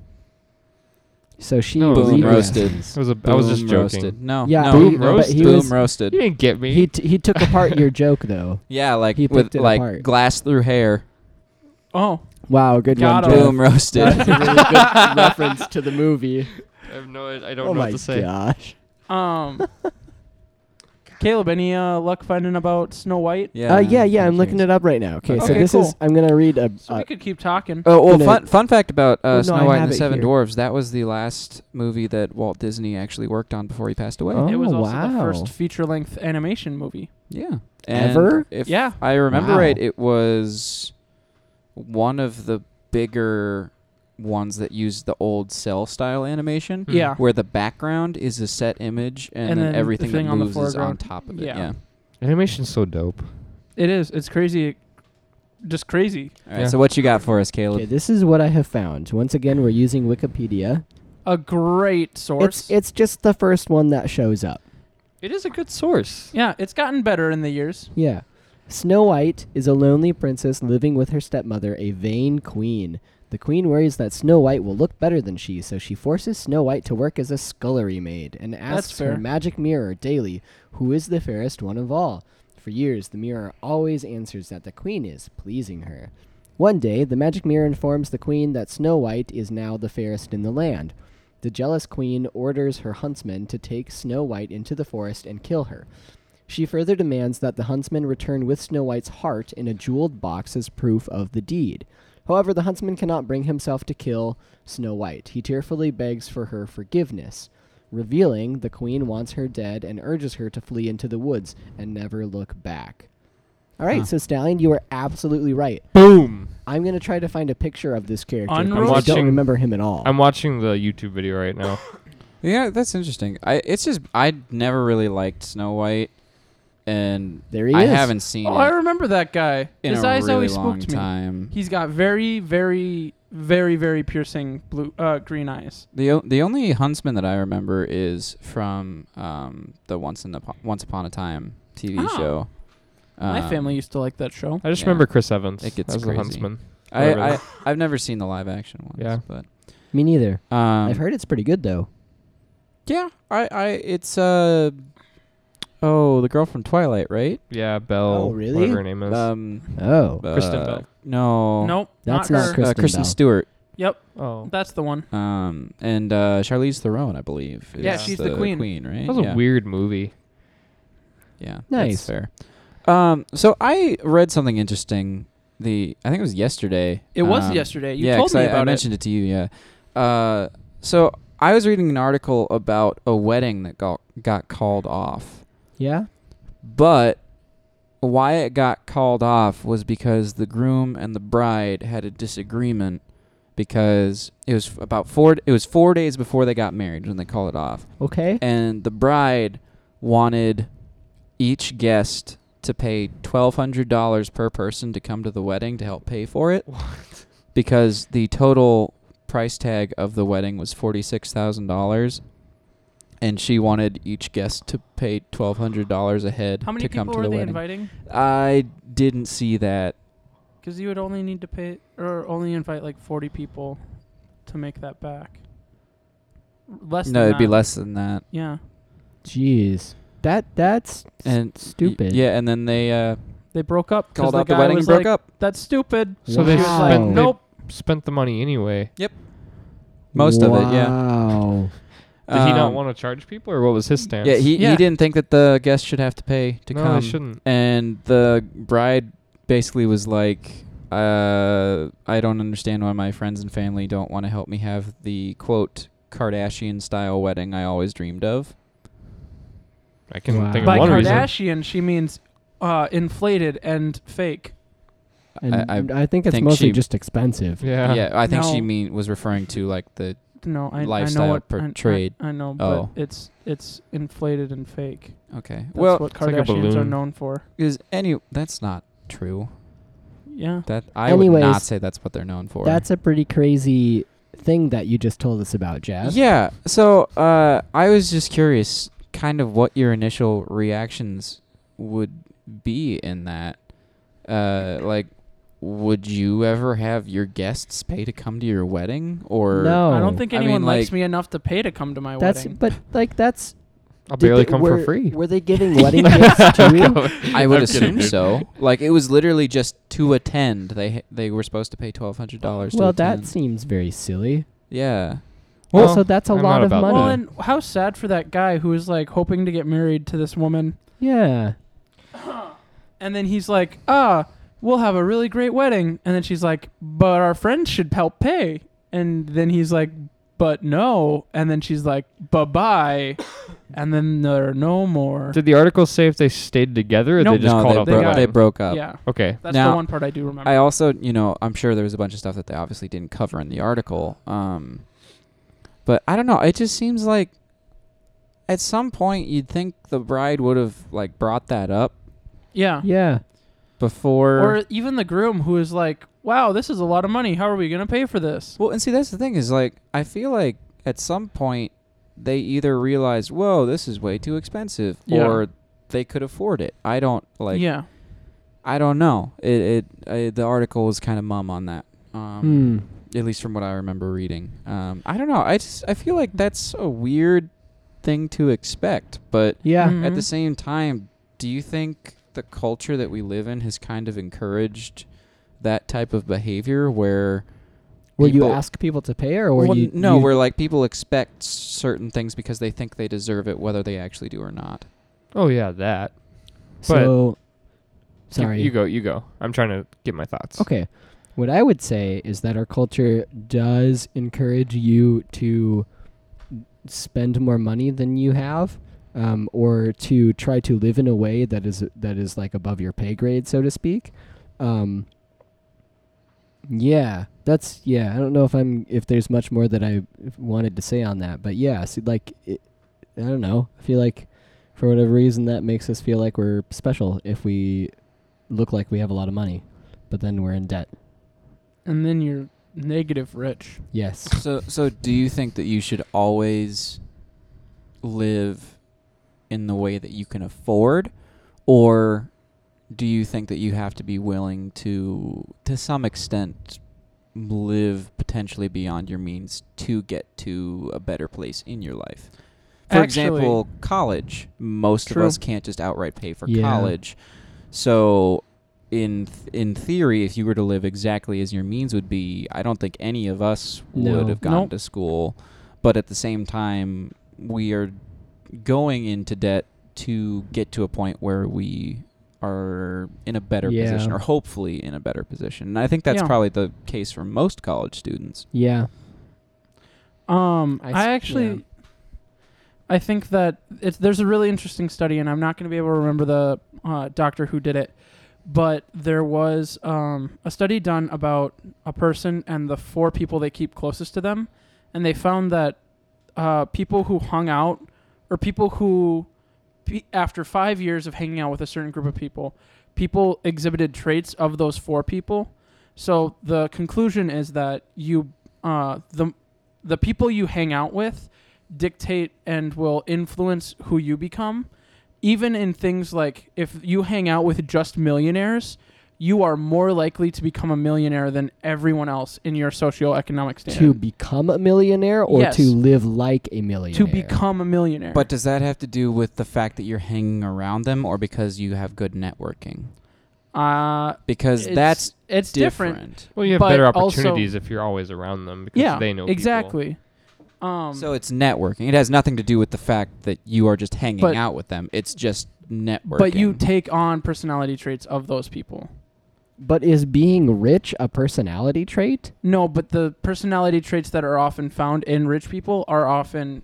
[SPEAKER 1] So she
[SPEAKER 3] No,
[SPEAKER 4] Boom
[SPEAKER 1] lead-
[SPEAKER 3] yeah.
[SPEAKER 4] roasted.
[SPEAKER 3] It was a. I was just
[SPEAKER 4] Boom
[SPEAKER 3] joking.
[SPEAKER 4] Roasted. No.
[SPEAKER 1] Yeah,
[SPEAKER 4] No.
[SPEAKER 1] but
[SPEAKER 3] Boom
[SPEAKER 1] he- but
[SPEAKER 3] roasted?
[SPEAKER 1] he
[SPEAKER 4] Boom
[SPEAKER 1] was-
[SPEAKER 4] roasted.
[SPEAKER 3] You didn't get me.
[SPEAKER 1] He t- he took apart your joke though.
[SPEAKER 4] Yeah, like
[SPEAKER 1] He
[SPEAKER 4] with
[SPEAKER 1] picked it
[SPEAKER 4] like
[SPEAKER 1] apart.
[SPEAKER 4] glass through hair.
[SPEAKER 2] Oh,
[SPEAKER 1] Wow, good
[SPEAKER 2] Got
[SPEAKER 1] one.
[SPEAKER 2] him.
[SPEAKER 1] Jeff.
[SPEAKER 4] Boom roasted.
[SPEAKER 1] That's a really good reference to the movie.
[SPEAKER 3] I have no. I don't
[SPEAKER 1] oh
[SPEAKER 3] know
[SPEAKER 1] my
[SPEAKER 3] what to say.
[SPEAKER 1] gosh.
[SPEAKER 2] um, Caleb, any uh, luck finding about Snow White?
[SPEAKER 4] yeah.
[SPEAKER 1] uh, yeah, yeah. I'm looking
[SPEAKER 4] curious.
[SPEAKER 1] it up right now. Okay, so
[SPEAKER 2] Okay,
[SPEAKER 1] this is.
[SPEAKER 2] cool.
[SPEAKER 1] I'm gonna read a.
[SPEAKER 2] So
[SPEAKER 1] Uh,
[SPEAKER 2] we could keep talking.
[SPEAKER 4] Oh well,
[SPEAKER 1] gonna-
[SPEAKER 4] fun fun fact about uh,
[SPEAKER 1] Well, Oh, no, I
[SPEAKER 4] Snow White
[SPEAKER 1] have
[SPEAKER 4] and the
[SPEAKER 1] it
[SPEAKER 4] Seven
[SPEAKER 1] here.
[SPEAKER 4] Dwarfs. That was the last movie that Walt Disney actually worked on before he passed away.
[SPEAKER 1] Oh,
[SPEAKER 2] it was also the
[SPEAKER 1] wow.
[SPEAKER 2] first feature-length animation movie.
[SPEAKER 4] Yeah.
[SPEAKER 1] Ever?
[SPEAKER 4] If
[SPEAKER 2] Yeah.
[SPEAKER 4] I remember
[SPEAKER 1] Wow.
[SPEAKER 4] right, it was one of the bigger ones that used the old cell style animation,
[SPEAKER 3] Hmm.
[SPEAKER 2] Yeah.
[SPEAKER 4] where the background is a set image and,
[SPEAKER 2] And
[SPEAKER 4] then,
[SPEAKER 2] then the
[SPEAKER 4] everything that
[SPEAKER 2] thing on the
[SPEAKER 4] moves is on
[SPEAKER 2] foreground.
[SPEAKER 4] top of it.
[SPEAKER 2] Yeah.
[SPEAKER 4] Yeah.
[SPEAKER 3] Animation's so dope.
[SPEAKER 2] It is. It's crazy. Just crazy.
[SPEAKER 4] All right.
[SPEAKER 3] Yeah.
[SPEAKER 4] So what you got for us,
[SPEAKER 1] okay,
[SPEAKER 4] Caleb?
[SPEAKER 1] this is what I have found. Once again, we're using Wikipedia.
[SPEAKER 2] A great source.
[SPEAKER 1] It's it's just the first one that shows up.
[SPEAKER 3] It is a good source.
[SPEAKER 2] yeah, it's gotten better in the years.
[SPEAKER 1] Yeah. Snow White is a lonely princess living with her stepmother, a vain queen. The queen worries that Snow White will look better than she, so she forces Snow White to work as a scullery maid and asks her
[SPEAKER 2] fair.
[SPEAKER 1] magic mirror daily, who is the fairest one of all? For years, the mirror always answers that the queen is, pleasing her. One day, the magic mirror informs the queen that Snow White is now the fairest in the land. The jealous queen orders her huntsmen to take Snow White into the forest and kill her. She further demands that the huntsman return with Snow White's heart in a jeweled box as proof of the deed. However, the huntsman cannot bring himself to kill Snow White. He tearfully begs for her forgiveness. Revealing, the queen wants her dead and urges her to flee into the woods and never look back. All right,
[SPEAKER 4] Huh.
[SPEAKER 1] so Stallion, you were absolutely right.
[SPEAKER 3] Boom.
[SPEAKER 1] I'm gonna try to find a picture of this character.
[SPEAKER 2] I'm
[SPEAKER 1] because I don't
[SPEAKER 3] watching-
[SPEAKER 1] remember him at all.
[SPEAKER 3] I'm watching the YouTube video right now.
[SPEAKER 4] Yeah, that's interesting. I it's just I never really liked Snow White, and
[SPEAKER 1] there he
[SPEAKER 4] I
[SPEAKER 1] is.
[SPEAKER 4] haven't seen
[SPEAKER 2] Oh, I
[SPEAKER 4] it
[SPEAKER 2] remember that guy.
[SPEAKER 4] in
[SPEAKER 2] His
[SPEAKER 4] a
[SPEAKER 2] eyes
[SPEAKER 4] really
[SPEAKER 2] always
[SPEAKER 4] long
[SPEAKER 2] spooked me.
[SPEAKER 4] time.
[SPEAKER 2] He's got very, very, very, very piercing blue, uh, green eyes.
[SPEAKER 4] The o- the only huntsman that I remember is from um, the Once in the po- Once Upon a Time TV
[SPEAKER 2] Oh.
[SPEAKER 4] show.
[SPEAKER 2] My
[SPEAKER 4] Um,
[SPEAKER 2] family used to like that show.
[SPEAKER 3] I just
[SPEAKER 4] Yeah.
[SPEAKER 3] remember Chris Evans
[SPEAKER 4] It gets
[SPEAKER 3] as the
[SPEAKER 4] crazy.
[SPEAKER 3] huntsman.
[SPEAKER 4] I,
[SPEAKER 3] whatever
[SPEAKER 4] I
[SPEAKER 3] that-
[SPEAKER 4] I've never seen the live action ones.
[SPEAKER 3] Yeah.
[SPEAKER 4] but
[SPEAKER 1] Me neither.
[SPEAKER 4] um,
[SPEAKER 1] I've heard it's pretty good though.
[SPEAKER 4] Yeah, I I it's uh oh the girl from Twilight, right?
[SPEAKER 3] Yeah, Belle.
[SPEAKER 1] Oh, really?
[SPEAKER 3] Whatever her name is.
[SPEAKER 4] Um,
[SPEAKER 1] Oh,
[SPEAKER 3] Kristen
[SPEAKER 4] uh,
[SPEAKER 3] Bell.
[SPEAKER 4] No,
[SPEAKER 2] Nope,
[SPEAKER 1] That's
[SPEAKER 2] not,
[SPEAKER 1] not
[SPEAKER 2] her.
[SPEAKER 1] Chris-
[SPEAKER 4] uh,
[SPEAKER 1] Kristen
[SPEAKER 4] Kristen
[SPEAKER 1] Bell.
[SPEAKER 4] Stewart.
[SPEAKER 2] Yep,
[SPEAKER 3] oh, that
[SPEAKER 2] that's the one.
[SPEAKER 4] Um, and uh, Charlize Theron, I believe.
[SPEAKER 2] Yeah,
[SPEAKER 4] is
[SPEAKER 2] she's the queen.
[SPEAKER 4] right?
[SPEAKER 3] was
[SPEAKER 4] Yeah.
[SPEAKER 3] a weird movie.
[SPEAKER 4] Yeah.
[SPEAKER 1] Nice.
[SPEAKER 4] That's fair. Um, so I read something interesting. The I think it was yesterday.
[SPEAKER 2] It was
[SPEAKER 4] Um,
[SPEAKER 2] yesterday. You
[SPEAKER 4] yeah,
[SPEAKER 2] told
[SPEAKER 4] 'cause
[SPEAKER 2] me
[SPEAKER 4] I, I
[SPEAKER 2] about it.
[SPEAKER 4] mentioned it to you. Yeah. Uh, so I was reading an article about a wedding that got got called off,
[SPEAKER 1] yeah.
[SPEAKER 4] but why it got called off was because the groom and the bride had a disagreement because it was about four. It was four days before they got married when they called it off
[SPEAKER 1] Okay.
[SPEAKER 4] and the bride wanted each guest to pay twelve hundred dollars per person to come to the wedding to help pay for it. Because the total price tag of the wedding was forty six thousand dollars, and she wanted each guest to pay twelve hundred dollars a head
[SPEAKER 2] How many
[SPEAKER 4] to come
[SPEAKER 2] people
[SPEAKER 4] to
[SPEAKER 2] were
[SPEAKER 4] the
[SPEAKER 2] they
[SPEAKER 4] wedding.
[SPEAKER 2] inviting?
[SPEAKER 4] I didn't see that.
[SPEAKER 2] Because you would only need to pay or only invite like 40 people to make that back. Less.
[SPEAKER 4] no,
[SPEAKER 2] than
[SPEAKER 4] it'd be
[SPEAKER 2] that.
[SPEAKER 4] less than that.
[SPEAKER 2] Yeah,
[SPEAKER 1] Jeez, that that's
[SPEAKER 4] And
[SPEAKER 1] and stupid.
[SPEAKER 4] Yeah, and then they uh,
[SPEAKER 2] they broke up. 'cause
[SPEAKER 4] called off the
[SPEAKER 2] guy
[SPEAKER 4] wedding
[SPEAKER 2] was
[SPEAKER 4] and broke
[SPEAKER 2] like,
[SPEAKER 4] up.
[SPEAKER 2] That's stupid.
[SPEAKER 3] So they
[SPEAKER 2] She was like,
[SPEAKER 1] Wow.
[SPEAKER 3] spent,
[SPEAKER 2] nope.
[SPEAKER 3] they spent the money anyway.
[SPEAKER 4] Most of it, yeah.
[SPEAKER 1] Wow.
[SPEAKER 3] Did he not
[SPEAKER 4] Um,
[SPEAKER 3] want to charge people, or what was his stance?
[SPEAKER 4] Yeah, he,
[SPEAKER 2] Yeah.
[SPEAKER 4] he didn't think that the guests should have to pay to
[SPEAKER 3] no,
[SPEAKER 4] come.
[SPEAKER 3] they shouldn't.
[SPEAKER 4] And the bride basically was like, uh, I don't understand why my friends and family don't want to help me have the quote Kardashian style wedding I always dreamed of.
[SPEAKER 3] I can
[SPEAKER 1] Wow.
[SPEAKER 3] think of
[SPEAKER 2] By
[SPEAKER 3] one reason.
[SPEAKER 2] Kardashian, she means uh, inflated and fake.
[SPEAKER 1] And
[SPEAKER 4] I-
[SPEAKER 1] I, think it's
[SPEAKER 4] think
[SPEAKER 1] mostly
[SPEAKER 4] she-
[SPEAKER 1] just expensive.
[SPEAKER 3] Yeah.
[SPEAKER 4] yeah, I think she
[SPEAKER 2] No.
[SPEAKER 4] mean was referring to like the
[SPEAKER 2] No, I, I
[SPEAKER 4] Lifestyle
[SPEAKER 2] know what I- I-
[SPEAKER 4] portrayed.
[SPEAKER 2] I, know, but
[SPEAKER 4] Oh.
[SPEAKER 2] it's it's inflated and fake.
[SPEAKER 4] okay.
[SPEAKER 2] That's
[SPEAKER 4] well,
[SPEAKER 2] what
[SPEAKER 3] It's like a
[SPEAKER 2] Kardashians are
[SPEAKER 3] balloon.
[SPEAKER 2] known for.
[SPEAKER 4] is any that's not true.
[SPEAKER 2] Yeah.
[SPEAKER 4] That I would
[SPEAKER 1] Anyways,
[SPEAKER 4] not say that's what they're known for.
[SPEAKER 1] That's a pretty crazy thing that you just told us about, Jazz.
[SPEAKER 4] Yeah. So uh, I was just curious, kind of what your initial reactions would be in that. Uh, like, would you ever have your guests pay to come to your wedding? Or
[SPEAKER 1] No.
[SPEAKER 2] I don't think
[SPEAKER 4] Oh, I mean,
[SPEAKER 2] anyone likes
[SPEAKER 4] like-
[SPEAKER 2] me enough to pay to come to my
[SPEAKER 1] That's
[SPEAKER 2] wedding.
[SPEAKER 1] but like that's
[SPEAKER 3] I'll
[SPEAKER 1] did
[SPEAKER 3] barely
[SPEAKER 1] they-
[SPEAKER 3] come
[SPEAKER 1] were,
[SPEAKER 3] for free.
[SPEAKER 1] Were they giving wedding gifts to you?
[SPEAKER 4] I would
[SPEAKER 3] I'm kidding,
[SPEAKER 4] assume
[SPEAKER 3] dude.
[SPEAKER 4] so. Like it was literally just to attend. They they were supposed to pay twelve hundred dollars.
[SPEAKER 1] Well,
[SPEAKER 4] to attend.
[SPEAKER 1] that seems very silly.
[SPEAKER 4] yeah.
[SPEAKER 3] Well,
[SPEAKER 1] also, that's a lot
[SPEAKER 3] I'm not
[SPEAKER 1] of
[SPEAKER 3] about
[SPEAKER 1] money.
[SPEAKER 2] Well, and how sad for that guy who was like hoping to get married to this woman,
[SPEAKER 1] yeah.
[SPEAKER 2] and then he's like, "Ah, we'll have a really great wedding," and then she's like, "But our friends should help pay," and then he's like, "But no," and then she's like, "Bye bye," and then there are no more.
[SPEAKER 3] Did the article say if they stayed together or
[SPEAKER 2] Nope.
[SPEAKER 3] they just
[SPEAKER 4] no,
[SPEAKER 3] called
[SPEAKER 4] they,
[SPEAKER 3] up
[SPEAKER 4] broke,
[SPEAKER 3] their
[SPEAKER 2] got-
[SPEAKER 4] they
[SPEAKER 3] wedding?
[SPEAKER 4] broke up.
[SPEAKER 2] yeah,
[SPEAKER 3] Okay.
[SPEAKER 2] that's the
[SPEAKER 4] uh, Now-
[SPEAKER 2] one part I do remember.
[SPEAKER 4] I also, you know, I'm sure there was a bunch of stuff that they obviously didn't cover in the article. Um, but I don't know. It just seems like at some point you'd think the bride would have like brought that up
[SPEAKER 2] yeah.
[SPEAKER 1] Yeah.
[SPEAKER 4] before.
[SPEAKER 2] or even the groom who is like, "Wow, this is a lot of money. How are we gonna pay for this?"
[SPEAKER 4] well, and see, that's the thing is like I feel like at some point they either realized, whoa, this is way too expensive,
[SPEAKER 2] Yeah.
[SPEAKER 4] or they could afford it. I don't like.
[SPEAKER 2] yeah,
[SPEAKER 4] I don't know. It it uh, the article was kind of mum on that. Um,
[SPEAKER 1] Hmm.
[SPEAKER 4] at least from what I remember reading. Um, I don't know. I just I feel like that's a weird thing to expect, but
[SPEAKER 1] Yeah.
[SPEAKER 2] Mm.
[SPEAKER 4] at the
[SPEAKER 2] Mhm.
[SPEAKER 4] same time, do you think the culture that we live in has kind of encouraged that type of behavior where
[SPEAKER 1] Where you
[SPEAKER 4] people-
[SPEAKER 1] ask people to pay, or where
[SPEAKER 4] Well,
[SPEAKER 1] you
[SPEAKER 4] no,
[SPEAKER 1] you-
[SPEAKER 4] where like people expect certain things because they think they deserve it, whether they actually do or not.
[SPEAKER 3] Oh yeah, that.
[SPEAKER 1] so.
[SPEAKER 3] You-
[SPEAKER 1] Sorry.
[SPEAKER 3] You, go. You go. I'm trying to get my thoughts.
[SPEAKER 1] Okay. What I would say is that our culture does encourage you to spend more money than you have, um, or to try to live in a way that is that is like above your pay grade, so to speak. Um, yeah, that's yeah. I don't know if I'm if there's much more that I wanted to say on that, but yeah, see, like it, I don't know. I feel like for whatever reason that makes us feel like we're special if we look like we have a lot of money but then we're in debt.
[SPEAKER 2] and then you're negative rich.
[SPEAKER 1] Yes.
[SPEAKER 4] So so do you think that you should always live in the way that you can afford or do you think that you have to be willing to to some extent live potentially beyond your means to get to a better place in your life? For
[SPEAKER 2] Actually-
[SPEAKER 4] example, college. Most
[SPEAKER 2] True.
[SPEAKER 4] of us can't just outright pay for
[SPEAKER 1] Yeah.
[SPEAKER 4] college. So in th- in theory, if you were to live exactly as your means would be, I don't think any of us
[SPEAKER 1] No.
[SPEAKER 4] would have gone
[SPEAKER 2] Nope.
[SPEAKER 4] to school. But at the same time, we are going into debt to get to a point where we are in a better
[SPEAKER 1] Yeah.
[SPEAKER 4] position, or hopefully in a better position. And I think that's
[SPEAKER 2] Yeah.
[SPEAKER 4] probably the case for most college students.
[SPEAKER 1] Yeah.
[SPEAKER 2] Um,
[SPEAKER 1] I
[SPEAKER 2] I,
[SPEAKER 1] s-
[SPEAKER 2] actually,
[SPEAKER 1] yeah.
[SPEAKER 2] I think that it's, there's a really interesting study, and I'm not going to be able to remember the uh, doctor who did it, but there was um, a study done about a person and the four people they keep closest to them, and they found that uh, people who hung out or people who pe- after five years of hanging out with a certain group of people, people exhibited traits of those four people. So the conclusion is that you uh, the the people you hang out with dictate and will influence who you become. Even in things like if you hang out with just millionaires, you are more likely to become a millionaire than everyone else in your socioeconomic
[SPEAKER 1] To
[SPEAKER 2] standing.
[SPEAKER 1] become a millionaire or
[SPEAKER 2] Yes.
[SPEAKER 1] to live like a millionaire.
[SPEAKER 2] to become a millionaire.
[SPEAKER 4] But does that have to do with the fact that you're hanging around them, or because you have good networking?
[SPEAKER 2] uh,
[SPEAKER 4] Because
[SPEAKER 2] It's-
[SPEAKER 4] that's
[SPEAKER 2] it's different.
[SPEAKER 4] different.
[SPEAKER 3] Well, you have
[SPEAKER 2] But
[SPEAKER 3] better
[SPEAKER 2] also-
[SPEAKER 3] opportunities if you're always around them because
[SPEAKER 2] Yeah,
[SPEAKER 3] they know people.
[SPEAKER 2] exactly. Um,
[SPEAKER 4] So it's networking. It has nothing to do with the fact that you are just hanging
[SPEAKER 2] But-
[SPEAKER 4] out with them. It's just networking.
[SPEAKER 2] but you take on personality traits of those people.
[SPEAKER 1] But is being rich a personality trait?
[SPEAKER 2] No, but the personality traits that are often found in rich people are often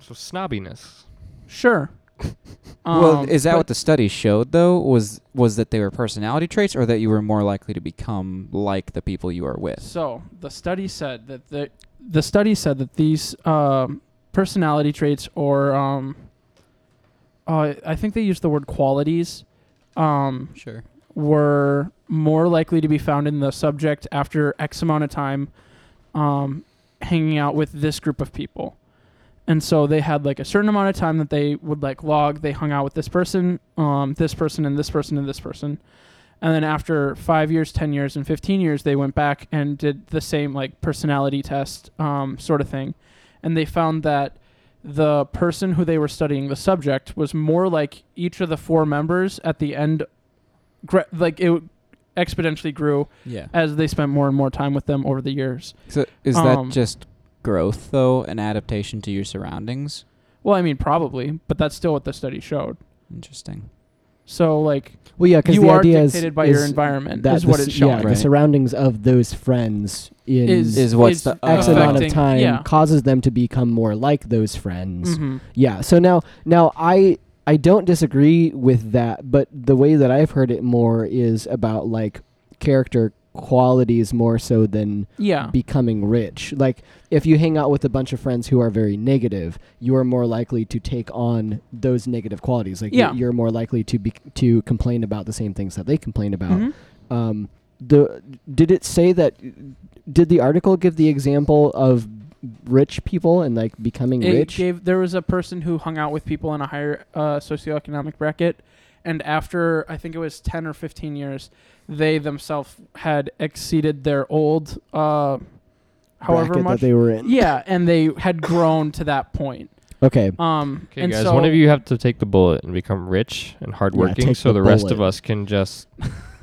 [SPEAKER 3] So snobbiness.
[SPEAKER 2] sure.
[SPEAKER 4] well,
[SPEAKER 2] Um,
[SPEAKER 4] is that
[SPEAKER 2] but
[SPEAKER 4] what the study showed though? Was was that they were personality traits, or that you were more likely to become like the people you are with?
[SPEAKER 2] So the study said that the the study said that these um, personality traits or um, uh, I think they used the word qualities um,
[SPEAKER 4] Sure.
[SPEAKER 2] were more likely to be found in the subject after X amount of time um, hanging out with this group of people. And so they had like a certain amount of time that they would like log. They hung out with this person, um, this person, and this person, and this person. And then after five years, 10 years, and 15 years, they went back and did the same like personality test um, sort of thing. And they found that the person who they were studying the subject was more like each of the four members at the end, gra- like it exponentially grew
[SPEAKER 4] Yeah.
[SPEAKER 2] as they spent more and more time with them over the years.
[SPEAKER 4] So is that
[SPEAKER 2] Um,
[SPEAKER 4] just growth though, an adaptation to your surroundings?
[SPEAKER 2] Well, I mean, probably, but that's still what the study showed.
[SPEAKER 4] Interesting.
[SPEAKER 2] So, like,
[SPEAKER 1] Well, yeah, because
[SPEAKER 2] you
[SPEAKER 1] the
[SPEAKER 2] are
[SPEAKER 1] idea is-
[SPEAKER 2] dictated by
[SPEAKER 1] is
[SPEAKER 2] your environment,
[SPEAKER 1] that
[SPEAKER 2] is
[SPEAKER 1] the
[SPEAKER 2] what
[SPEAKER 1] s-
[SPEAKER 2] it's showing.
[SPEAKER 1] Yeah, the
[SPEAKER 4] Right.
[SPEAKER 1] surroundings of those friends in
[SPEAKER 2] Is,
[SPEAKER 4] Is what's
[SPEAKER 2] is
[SPEAKER 4] the- uh,
[SPEAKER 1] X amount of
[SPEAKER 2] affecting-
[SPEAKER 1] time
[SPEAKER 2] Yeah.
[SPEAKER 1] causes them to become more like those friends.
[SPEAKER 2] Mhm.
[SPEAKER 1] Yeah. So now, now I I don't disagree with that, but the way that I've heard it more is about like character qualities more so than
[SPEAKER 2] Yeah.
[SPEAKER 1] becoming rich. Like if you hang out with a bunch of friends who are very negative, you are more likely to take on those negative qualities. Like
[SPEAKER 2] Yeah.
[SPEAKER 1] you're, you're more likely to be to complain about the same things that they complain about.
[SPEAKER 2] Mhm.
[SPEAKER 1] Um, the did it say that? Did the article give the example of rich people and like becoming
[SPEAKER 2] It
[SPEAKER 1] rich?
[SPEAKER 2] gave there was a person who hung out with people in a higher uh, socioeconomic bracket, and after I think it was ten or fifteen years, they themselves had exceeded their old uh, however
[SPEAKER 1] bracket
[SPEAKER 2] much.
[SPEAKER 1] that they were in.
[SPEAKER 2] yeah, and they had grown to that point.
[SPEAKER 1] Okay.
[SPEAKER 2] Um,
[SPEAKER 3] Okay,
[SPEAKER 2] and
[SPEAKER 3] guys,
[SPEAKER 2] so
[SPEAKER 3] one of you have to take the bullet and become rich and hardworking
[SPEAKER 1] take
[SPEAKER 3] so
[SPEAKER 1] the
[SPEAKER 3] the, rest of
[SPEAKER 1] bullet.
[SPEAKER 3] us can just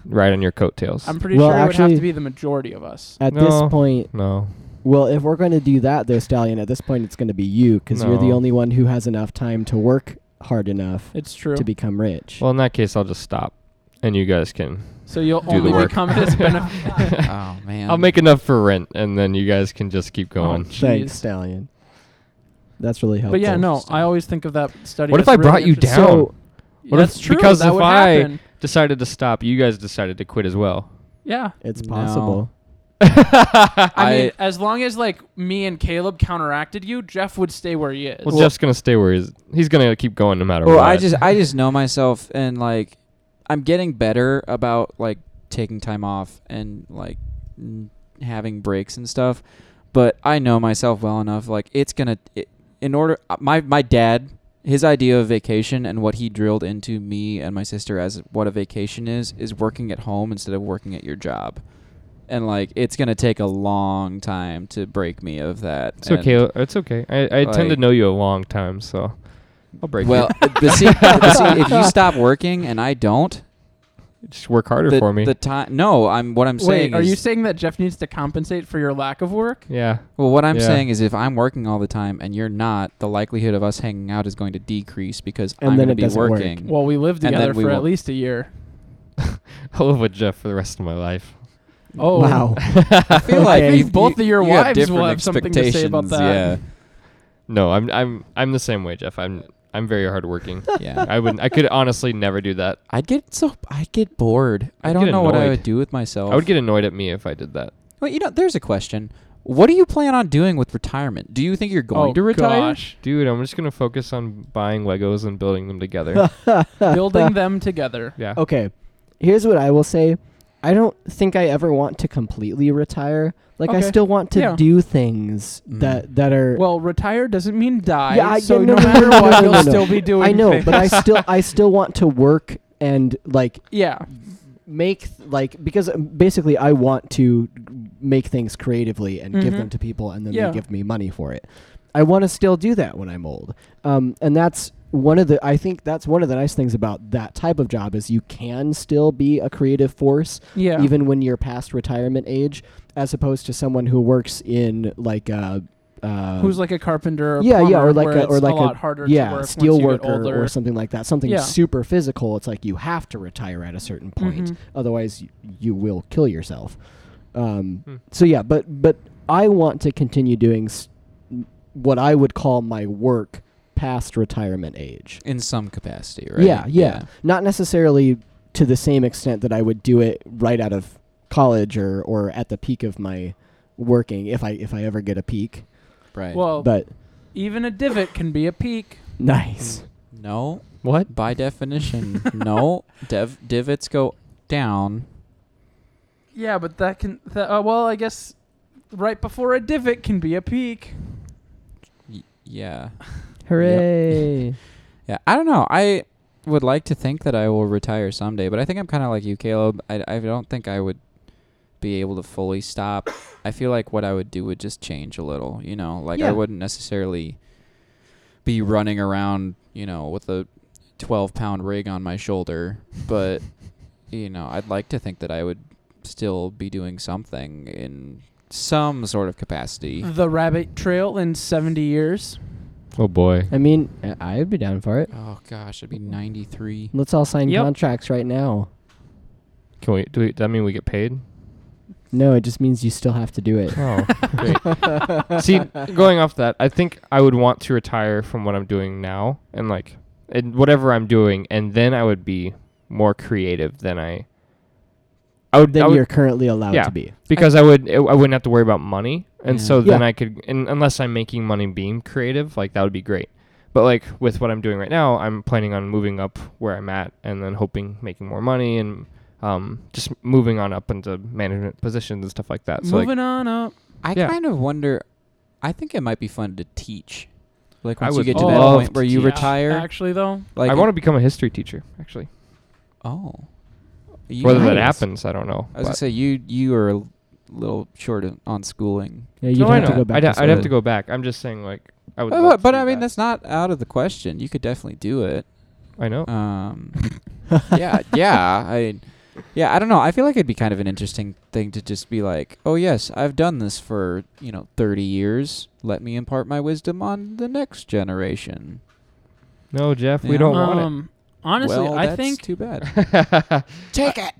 [SPEAKER 3] ride on your coattails.
[SPEAKER 2] I'm pretty
[SPEAKER 1] Well,
[SPEAKER 2] sure it would have
[SPEAKER 1] actually-
[SPEAKER 2] to be the majority of us.
[SPEAKER 1] At
[SPEAKER 3] No.
[SPEAKER 1] this point,
[SPEAKER 3] no.
[SPEAKER 1] well, if we're going to do that, though, Stallion, at this point, it's going to be you because you're the
[SPEAKER 3] No.
[SPEAKER 1] only one who has enough time to work hard enough
[SPEAKER 2] It's true.
[SPEAKER 1] to become rich.
[SPEAKER 3] Well, in that case, I'll just stop and you guys can.
[SPEAKER 2] so you'll
[SPEAKER 3] do the
[SPEAKER 2] only
[SPEAKER 3] work.
[SPEAKER 2] become his benefit.
[SPEAKER 4] oh man.
[SPEAKER 3] I'll make enough for rent and then you guys can just keep
[SPEAKER 2] Oh,
[SPEAKER 3] going.
[SPEAKER 1] Thanks,
[SPEAKER 2] jeez.
[SPEAKER 1] Stallion. That's really helpful.
[SPEAKER 2] But yeah, no, I always think of that study.
[SPEAKER 3] What if
[SPEAKER 2] as
[SPEAKER 3] I
[SPEAKER 2] really
[SPEAKER 3] brought you
[SPEAKER 2] interesting.
[SPEAKER 3] down?
[SPEAKER 1] So,
[SPEAKER 3] What if-
[SPEAKER 2] That's true.
[SPEAKER 3] because
[SPEAKER 2] that
[SPEAKER 3] if
[SPEAKER 2] would
[SPEAKER 3] I-
[SPEAKER 2] happen.
[SPEAKER 3] decided to stop, you guys decided to quit as well.
[SPEAKER 2] yeah.
[SPEAKER 1] it's
[SPEAKER 4] No.
[SPEAKER 1] possible.
[SPEAKER 2] I, mean,
[SPEAKER 4] I
[SPEAKER 2] as long as like me and Caleb counteracted you, Jeff would stay where he is.
[SPEAKER 3] Well, Jeff's gonna stay where he's. He's gonna keep going no matter
[SPEAKER 4] well,
[SPEAKER 3] what.
[SPEAKER 4] I just I just know myself and like I'm getting better about like taking time off and like n- having breaks and stuff, but I know myself well enough like it's going to in order uh, my my dad his idea of vacation and what he drilled into me and my sister as what a vacation is is working at home instead of working at your job. And like it's going to take a long time to break me of that.
[SPEAKER 3] It's
[SPEAKER 4] and-
[SPEAKER 3] okay. uh, It's okay. I, I tend to
[SPEAKER 4] Like-
[SPEAKER 3] know you a long time, so I'll break.
[SPEAKER 4] Well,
[SPEAKER 3] you.
[SPEAKER 4] the se- the se- if you stop working and I don't,
[SPEAKER 3] just work harder
[SPEAKER 4] the,
[SPEAKER 3] for me.
[SPEAKER 4] The time. No, I'm. What I'm saying.
[SPEAKER 2] Wait, are
[SPEAKER 4] is,
[SPEAKER 2] you saying that Jeff needs to compensate for your lack of work?
[SPEAKER 3] yeah.
[SPEAKER 4] Well, what I'm
[SPEAKER 3] Yeah.
[SPEAKER 4] saying is, if I'm working all the time and you're not, the likelihood of us hanging out is going to decrease because
[SPEAKER 1] And
[SPEAKER 4] I'm
[SPEAKER 1] then
[SPEAKER 4] going to
[SPEAKER 1] it
[SPEAKER 4] be
[SPEAKER 1] doesn't work.
[SPEAKER 4] working.
[SPEAKER 2] Well, we lived
[SPEAKER 4] And then
[SPEAKER 2] together
[SPEAKER 4] we
[SPEAKER 2] for at
[SPEAKER 4] won't.
[SPEAKER 2] least a year.
[SPEAKER 3] I'll live with Jeff for the rest of my life.
[SPEAKER 2] Oh
[SPEAKER 1] Wow.
[SPEAKER 4] I feel
[SPEAKER 1] I
[SPEAKER 4] like
[SPEAKER 1] think
[SPEAKER 4] you-
[SPEAKER 2] both of your
[SPEAKER 4] you have
[SPEAKER 2] wives
[SPEAKER 4] different
[SPEAKER 2] will have something to say about that.
[SPEAKER 4] expectations,
[SPEAKER 3] No, I'm I'm I'm the same way, Jeff. I'm I'm very hardworking.
[SPEAKER 4] Yeah, yeah.
[SPEAKER 3] I would I could honestly never do that.
[SPEAKER 4] I'd get so I'd get bored. I
[SPEAKER 3] I'd
[SPEAKER 4] don't
[SPEAKER 3] get
[SPEAKER 4] know what I
[SPEAKER 3] annoyed.
[SPEAKER 4] would do with myself.
[SPEAKER 3] I would get annoyed at me if I did that.
[SPEAKER 4] Well, you know, there's a question. What do you plan on doing with retirement? Do you think you're going
[SPEAKER 2] Oh,
[SPEAKER 4] to retire?
[SPEAKER 2] gosh.
[SPEAKER 3] Dude, I'm just gonna focus on buying Legos and building them together.
[SPEAKER 2] Building them together.
[SPEAKER 3] yeah.
[SPEAKER 1] Okay. Here's what I will say. I don't think I ever want to completely retire. Like I
[SPEAKER 2] Okay.
[SPEAKER 1] still want to
[SPEAKER 2] Yeah.
[SPEAKER 1] do things
[SPEAKER 4] Mm.
[SPEAKER 1] that that are
[SPEAKER 2] Well, retire doesn't mean die.
[SPEAKER 1] Yeah, I-
[SPEAKER 2] so
[SPEAKER 1] yeah,
[SPEAKER 2] no,
[SPEAKER 1] no, no,
[SPEAKER 2] matter
[SPEAKER 1] no,
[SPEAKER 2] what,
[SPEAKER 1] no,
[SPEAKER 2] you'll
[SPEAKER 1] no, no.
[SPEAKER 2] still be doing.
[SPEAKER 1] I know, but I
[SPEAKER 2] things.
[SPEAKER 1] still I still want to work and like
[SPEAKER 2] yeah.
[SPEAKER 1] make like because um, basically I want to make things creatively and give
[SPEAKER 2] Mhm.
[SPEAKER 1] them to people and then
[SPEAKER 2] Yeah.
[SPEAKER 1] they give me money for it. I want to still do that when I'm old. Um, and that's one of the I think that's one of the nice things about that type of job is you can still be a creative force
[SPEAKER 2] Yeah.
[SPEAKER 1] even when you're past retirement age as opposed to someone who works in like a uh,
[SPEAKER 2] Who's like a carpenter? Or
[SPEAKER 1] yeah, yeah,
[SPEAKER 2] plumber,
[SPEAKER 1] or like
[SPEAKER 2] where
[SPEAKER 1] a, or
[SPEAKER 2] it's
[SPEAKER 1] like
[SPEAKER 2] a
[SPEAKER 1] a,
[SPEAKER 2] lot harder
[SPEAKER 1] yeah,
[SPEAKER 2] to work
[SPEAKER 1] steel
[SPEAKER 2] once you get
[SPEAKER 1] worker
[SPEAKER 2] older.
[SPEAKER 1] or something like that. Something
[SPEAKER 2] Yeah.
[SPEAKER 1] super physical. It's like you have to retire at a certain point,
[SPEAKER 2] Mhm.
[SPEAKER 1] otherwise you, you will kill yourself. Um,
[SPEAKER 3] Hmm.
[SPEAKER 1] So yeah, but but I want to continue doing s- what I would call my work past retirement age.
[SPEAKER 4] In some capacity, right?
[SPEAKER 1] Yeah, yeah, Not necessarily to the same extent that I would do it right out of college or or at the peak of my working if I if I ever get a peak.
[SPEAKER 4] Right.
[SPEAKER 2] Well,
[SPEAKER 1] But
[SPEAKER 2] even a divot can be a peak.
[SPEAKER 1] nice.
[SPEAKER 3] Oh,
[SPEAKER 4] no,
[SPEAKER 3] What?
[SPEAKER 4] by definition, no dev- divots go down.
[SPEAKER 2] Yeah, but that can. That, uh, well, I guess right before a divot can be a peak.
[SPEAKER 4] Y- yeah,
[SPEAKER 1] Hooray.
[SPEAKER 4] yeah. I don't know. I would like to think that I will retire someday, but I think I'm kind of like you, Caleb. I, I don't think I would be able to fully stop. I feel like what I would do would just change a little, you know? Like, I
[SPEAKER 1] Yeah.
[SPEAKER 4] wouldn't necessarily be running around, you know, with a 12 pound rig on my shoulder, but, you know, I'd like to think that I would still be doing something in some sort of capacity.
[SPEAKER 2] The rabbit trail in 70 years.
[SPEAKER 3] Oh boy.
[SPEAKER 1] I mean, I- I'd be down for it.
[SPEAKER 4] Oh, gosh, I'd be 93.
[SPEAKER 1] Let's all sign
[SPEAKER 2] Yep.
[SPEAKER 1] contracts right now.
[SPEAKER 3] Can we? Do we, that mean we get paid?
[SPEAKER 1] No, it just means you still have to do it.
[SPEAKER 3] Oh, great. See, going off that, I think I would want to retire from what I'm doing now and like and whatever I'm doing, and then I would be more creative than I. I would, I
[SPEAKER 1] Than
[SPEAKER 3] Oh, would-
[SPEAKER 1] you're currently allowed
[SPEAKER 3] Yeah.
[SPEAKER 1] to be.
[SPEAKER 3] because I, would I wouldn't have to worry about money, and
[SPEAKER 4] Yeah.
[SPEAKER 3] so then
[SPEAKER 1] Yeah.
[SPEAKER 3] I could and unless I'm making money being creative, like that would be great. But like with what I'm doing right now, I'm planning on moving up where I'm at, and then hoping making more money and um, just moving on up into management positions and stuff like that. So like,
[SPEAKER 2] Moving on up.
[SPEAKER 4] I
[SPEAKER 3] Yeah.
[SPEAKER 4] kind of wonder. I think it might be fun to teach. Like
[SPEAKER 3] I
[SPEAKER 4] once you
[SPEAKER 3] would
[SPEAKER 4] get to that
[SPEAKER 3] love
[SPEAKER 4] point
[SPEAKER 3] to
[SPEAKER 4] where you
[SPEAKER 3] teach.
[SPEAKER 4] retire,
[SPEAKER 2] Actually, though,
[SPEAKER 4] like
[SPEAKER 3] I want to become a history teacher actually.
[SPEAKER 4] Oh, You-
[SPEAKER 3] Whether that
[SPEAKER 1] Nice.
[SPEAKER 3] happens, I don't know.
[SPEAKER 4] I was gonna
[SPEAKER 3] but-
[SPEAKER 4] say you you are a little short on- on schooling.
[SPEAKER 1] Yeah, you'd
[SPEAKER 3] no, I
[SPEAKER 1] have
[SPEAKER 3] know.
[SPEAKER 1] to go back.
[SPEAKER 3] I'd,
[SPEAKER 1] to
[SPEAKER 3] ha- I'd have
[SPEAKER 1] school.
[SPEAKER 3] to go back. I'm just saying, like, I would.
[SPEAKER 4] Oh,
[SPEAKER 3] love
[SPEAKER 4] but,
[SPEAKER 3] to
[SPEAKER 4] but
[SPEAKER 3] do
[SPEAKER 4] I mean
[SPEAKER 3] that.
[SPEAKER 4] that's not out of the question. You could definitely do it.
[SPEAKER 3] I know.
[SPEAKER 4] Um, yeah, yeah. I, yeah. I don't know. I feel like it'd be kind of an interesting thing to just be like, oh yes, I've done this for you know thirty years. Let me impart my wisdom on the next generation.
[SPEAKER 3] No, Jeff, we
[SPEAKER 4] Yeah.
[SPEAKER 3] don't want
[SPEAKER 2] um, honestly,
[SPEAKER 4] well,
[SPEAKER 2] I
[SPEAKER 4] that's
[SPEAKER 2] think
[SPEAKER 4] too bad. Um,
[SPEAKER 3] it.
[SPEAKER 4] Take it.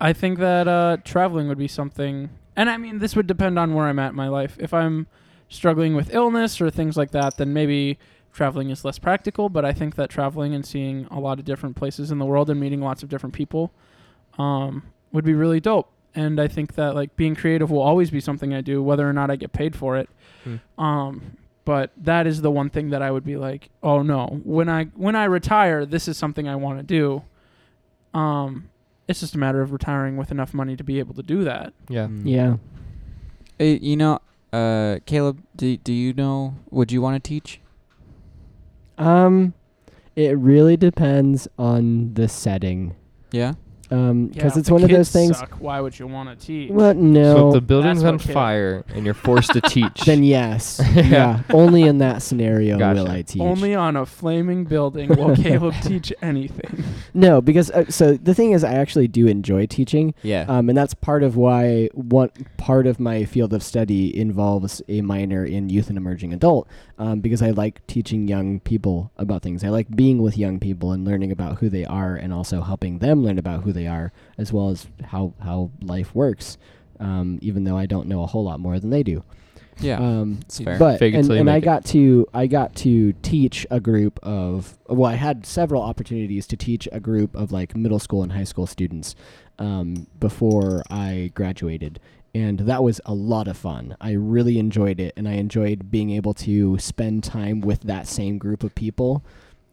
[SPEAKER 2] I think that uh, traveling would be something, and I mean, this would depend on where I'm at in my life. If I'm struggling with illness or things like that, then maybe traveling is less practical. But I think that traveling and seeing a lot of different places in the world and meeting lots of different people um, would be really dope. And I think that like being creative will always be something I do, whether or not I get paid for it.
[SPEAKER 3] Hmm.
[SPEAKER 2] Um, but that is the one thing that I would be like, oh no, when I when I retire, this is something I want to do. Um, it's just a matter of retiring with enough money to be able to do that.
[SPEAKER 3] yeah.
[SPEAKER 1] Yeah.
[SPEAKER 4] Uh, you know, uh, Caleb, do, do you know? Would you want to teach?
[SPEAKER 1] Um, it really depends on the setting.
[SPEAKER 4] Yeah.
[SPEAKER 1] Um, because
[SPEAKER 2] if
[SPEAKER 1] it's
[SPEAKER 2] the
[SPEAKER 1] one of those
[SPEAKER 2] kids
[SPEAKER 1] things.
[SPEAKER 2] Suck, why would you want to teach?
[SPEAKER 1] Well,
[SPEAKER 3] So if
[SPEAKER 1] no.
[SPEAKER 3] the building's
[SPEAKER 2] That's
[SPEAKER 3] on
[SPEAKER 2] okay.
[SPEAKER 3] fire and you're forced to teach,
[SPEAKER 1] then yes.
[SPEAKER 3] Yeah.
[SPEAKER 1] yeah. Only in that scenario will
[SPEAKER 3] Gotcha.
[SPEAKER 1] I teach.
[SPEAKER 2] Only on a flaming building will Caleb teach anything.
[SPEAKER 1] no, because uh, so the thing is, I actually do enjoy teaching.
[SPEAKER 4] Yeah.
[SPEAKER 2] Uh,
[SPEAKER 1] Um, and that's part of why one part of my field of study involves a minor in youth and emerging adult, um, because I like teaching young people about things. I like being with young people and learning about who they are, and also helping them learn about who they are, as well as how how life works. Um, even though I don't know a whole lot more than they do.
[SPEAKER 4] yeah.
[SPEAKER 2] uh,
[SPEAKER 1] Um,
[SPEAKER 4] it's fair.
[SPEAKER 1] but
[SPEAKER 3] Fake it
[SPEAKER 1] and,
[SPEAKER 3] till you
[SPEAKER 1] and I
[SPEAKER 3] make it.
[SPEAKER 1] got to I got to teach a group of well I had several opportunities to teach a group of like middle school and high school students um, before I graduated and that was a lot of fun I really enjoyed it and I enjoyed being able to spend time with that same group of people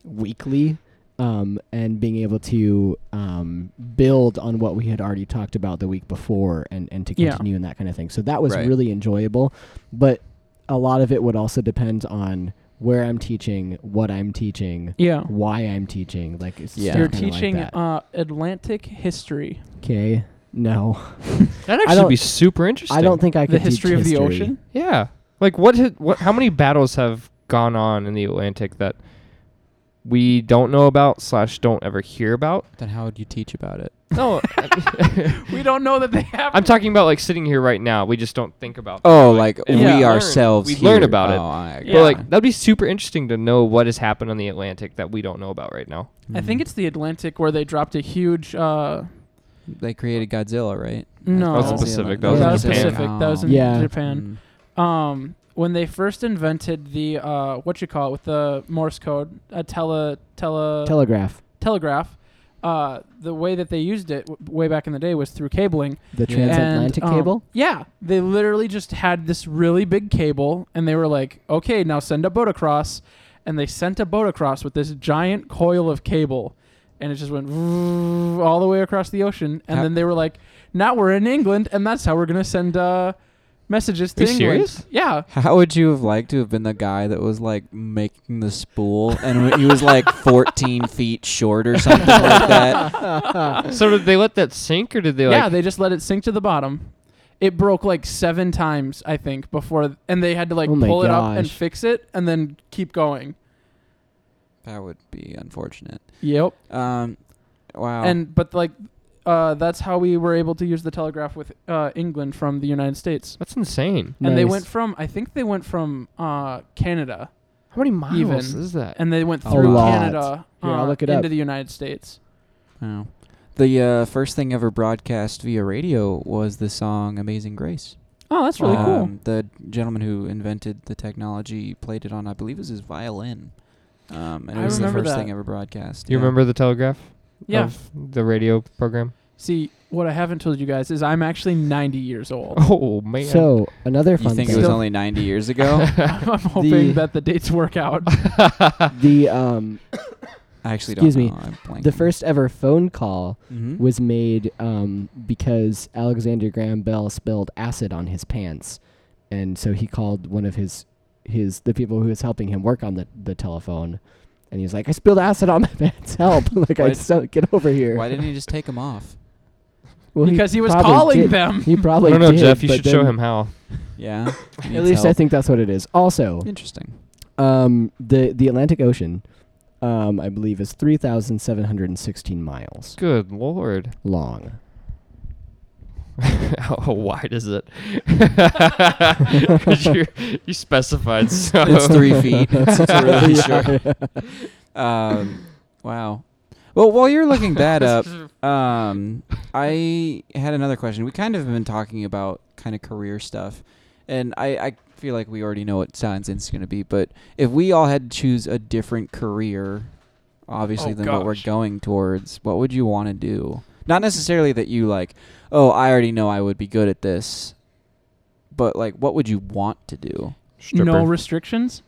[SPEAKER 1] weekly um, and being able to um, build on what we had already talked about the week before and, and to
[SPEAKER 2] Yeah.
[SPEAKER 1] continue and that kind of thing so that was
[SPEAKER 4] Right.
[SPEAKER 1] really enjoyable but a lot of it would also depend on where I'm teaching, what I'm teaching,
[SPEAKER 2] Yeah.
[SPEAKER 1] why I'm teaching. Like, it's
[SPEAKER 4] Yeah.
[SPEAKER 1] stuff
[SPEAKER 2] You're
[SPEAKER 1] kinda like
[SPEAKER 2] teaching
[SPEAKER 1] that.
[SPEAKER 2] uh, Atlantic history,
[SPEAKER 1] okay. No,
[SPEAKER 3] that
[SPEAKER 1] I
[SPEAKER 3] actually
[SPEAKER 1] don't-
[SPEAKER 3] be super interesting.
[SPEAKER 1] I don't think I could
[SPEAKER 2] the history
[SPEAKER 1] teach
[SPEAKER 2] of the
[SPEAKER 1] history.
[SPEAKER 2] ocean.
[SPEAKER 3] Yeah. Like what? ha- What? How many battles have gone on in the Atlantic that we don't know about slash don't ever hear about?
[SPEAKER 4] then how would you teach about it?
[SPEAKER 3] No,
[SPEAKER 2] We don't know that they have.
[SPEAKER 3] I'm talking about like sitting here right now. We just don't think about.
[SPEAKER 4] Oh, like
[SPEAKER 3] and
[SPEAKER 4] we
[SPEAKER 2] we
[SPEAKER 3] learn-
[SPEAKER 4] ourselves.
[SPEAKER 3] We learn
[SPEAKER 4] here.
[SPEAKER 3] about it.
[SPEAKER 4] Oh, I
[SPEAKER 2] Yeah.
[SPEAKER 3] But
[SPEAKER 4] got
[SPEAKER 3] like
[SPEAKER 4] it.
[SPEAKER 3] that'd be super interesting to know what has happened on the Atlantic that we don't know about right now.
[SPEAKER 2] I
[SPEAKER 4] Mm.
[SPEAKER 2] think it's the Atlantic where they dropped a huge. Uh,
[SPEAKER 4] they created Godzilla, right?
[SPEAKER 2] no,
[SPEAKER 3] That was
[SPEAKER 2] that
[SPEAKER 3] the
[SPEAKER 2] was,
[SPEAKER 3] Pacific,
[SPEAKER 1] that was in Japan.
[SPEAKER 2] Pacific. That was in
[SPEAKER 4] Oh.
[SPEAKER 1] Yeah.
[SPEAKER 2] Japan. Um, when they first invented the uh, what you call it with the Morse code, a tele tele
[SPEAKER 1] Telegraph,
[SPEAKER 2] telegraph. Uh, the way that they used it w- way back in the day was through cabling.
[SPEAKER 1] the
[SPEAKER 4] Yeah.
[SPEAKER 1] transatlantic
[SPEAKER 2] And, um,
[SPEAKER 1] cable.
[SPEAKER 2] Yeah, they literally just had this really big cable, and they were like, "Okay, now send a boat across," and they sent a boat across with this giant coil of cable, and it just went all the way across the ocean. And
[SPEAKER 4] How-
[SPEAKER 2] then they were like, "Now we're in England, and that's how we're gonna send uh, messages to
[SPEAKER 3] Are you
[SPEAKER 2] England.
[SPEAKER 3] serious?
[SPEAKER 2] Yeah.
[SPEAKER 4] Mm. How would you have liked to have been the guy that was like making the spool and he was like 14 feet short or something like that?
[SPEAKER 3] so did they let that sink, or did they? Like,
[SPEAKER 2] yeah, they just let it sink to the bottom. It broke like seven times, I think, before, and they had to like
[SPEAKER 1] Oh my
[SPEAKER 2] pull it up and
[SPEAKER 1] gosh.
[SPEAKER 2] fix it, and then keep going.
[SPEAKER 4] That would be unfortunate.
[SPEAKER 2] Yep.
[SPEAKER 4] Um, wow.
[SPEAKER 2] And but like, uh, that's how we were able to use the telegraph with uh, England from the United States.
[SPEAKER 3] that's insane.
[SPEAKER 2] And they
[SPEAKER 1] Nice.
[SPEAKER 2] went from, I think they went from uh, Canada,
[SPEAKER 3] How many miles
[SPEAKER 2] Even.
[SPEAKER 3] is that?
[SPEAKER 2] and they went
[SPEAKER 4] A
[SPEAKER 2] through
[SPEAKER 1] lot.
[SPEAKER 2] Canada
[SPEAKER 1] Here, I'll
[SPEAKER 2] uh,
[SPEAKER 1] look it
[SPEAKER 2] into
[SPEAKER 1] up.
[SPEAKER 2] the United States.
[SPEAKER 4] Wow. The uh, first thing ever broadcast via radio was the song "Amazing Grace."
[SPEAKER 2] Oh, that's really cool.
[SPEAKER 4] Um, The gentleman who invented the technology played it on, I believe, it was his violin. Um, and it
[SPEAKER 2] I
[SPEAKER 4] was the
[SPEAKER 2] remember
[SPEAKER 4] first thing
[SPEAKER 2] that.
[SPEAKER 4] ever broadcast.
[SPEAKER 3] Do you
[SPEAKER 4] yeah.
[SPEAKER 3] remember the telegraph?
[SPEAKER 2] Yeah.
[SPEAKER 3] Of the radio program.
[SPEAKER 2] See, what I haven't told you guys is I'm actually 90 years old.
[SPEAKER 3] Oh man.
[SPEAKER 1] So another
[SPEAKER 4] You
[SPEAKER 1] fun
[SPEAKER 4] think
[SPEAKER 1] thing.
[SPEAKER 4] it was
[SPEAKER 2] Still-
[SPEAKER 4] only 90 years ago?
[SPEAKER 2] I'm hoping
[SPEAKER 1] The-
[SPEAKER 2] that the dates work out.
[SPEAKER 1] the um
[SPEAKER 4] I actually
[SPEAKER 1] Excuse
[SPEAKER 4] don't
[SPEAKER 1] me.
[SPEAKER 4] know. I'm blanking.
[SPEAKER 1] the first ever phone call
[SPEAKER 4] Mhm.
[SPEAKER 1] was made um because Alexander Graham Bell spilled acid on his pants, and so he called one of his his the people who was helping him work on the the telephone, and he was like, "I spilled acid on my pants. Help! like I
[SPEAKER 4] Why-
[SPEAKER 1] just don't get over here."
[SPEAKER 4] Why didn't he just take them off?
[SPEAKER 1] Well,
[SPEAKER 2] because he, was
[SPEAKER 1] probably
[SPEAKER 2] calling
[SPEAKER 1] did.
[SPEAKER 2] them.
[SPEAKER 1] He
[SPEAKER 3] I
[SPEAKER 1] probably
[SPEAKER 3] don't know,
[SPEAKER 1] did,
[SPEAKER 3] Jeff. You
[SPEAKER 1] but
[SPEAKER 3] should show
[SPEAKER 1] then-
[SPEAKER 3] him how.
[SPEAKER 4] Yeah. Needs
[SPEAKER 1] At least I
[SPEAKER 4] help.
[SPEAKER 1] think that's what it is. Also,
[SPEAKER 4] Interesting.
[SPEAKER 1] um, the the Atlantic Ocean, um, I believe, is three thousand seven hundred and sixteen miles
[SPEAKER 3] Good lord.
[SPEAKER 1] long.
[SPEAKER 3] How wide is it? 'Cause you you specified so.
[SPEAKER 4] It's three feet. It's, it's really short.
[SPEAKER 1] Yeah.
[SPEAKER 4] Um, wow. Well, while you're looking that up, um, I had another question. We kind of have been talking about kind of career stuff, and I, I feel like we already know what Silent Instinct is going to be. But if we all had to choose a different career, obviously,
[SPEAKER 2] Oh,
[SPEAKER 4] than what we're
[SPEAKER 2] gosh.
[SPEAKER 4] going towards, what would you want to do? Not necessarily that you like, oh, I already know I would be good at this, but like, what would you want to do?
[SPEAKER 2] No restrictions.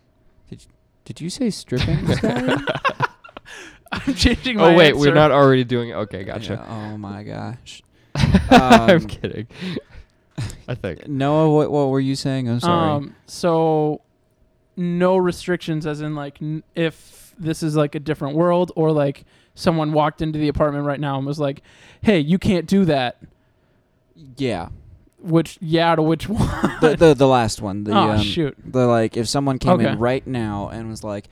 [SPEAKER 4] Did you say stripping? Skylar?
[SPEAKER 2] I'm changing my
[SPEAKER 3] oh wait, we're
[SPEAKER 2] answer.
[SPEAKER 3] not already doing. it. Okay, gotcha.
[SPEAKER 4] Yeah, oh my gosh.
[SPEAKER 3] I'm
[SPEAKER 4] Um,
[SPEAKER 3] kidding. I think.
[SPEAKER 4] Noah, what what were you saying? I'm sorry.
[SPEAKER 2] Um, so no restrictions, as in like n- if this is like a different world or like someone walked into the apartment right now and was like, "Hey, you can't do that."
[SPEAKER 4] yeah,
[SPEAKER 2] Which yeah, to which one?
[SPEAKER 4] the the, the last one. The
[SPEAKER 2] oh
[SPEAKER 4] um,
[SPEAKER 2] shoot.
[SPEAKER 4] the like if someone came
[SPEAKER 2] Okay.
[SPEAKER 4] in right now and was like,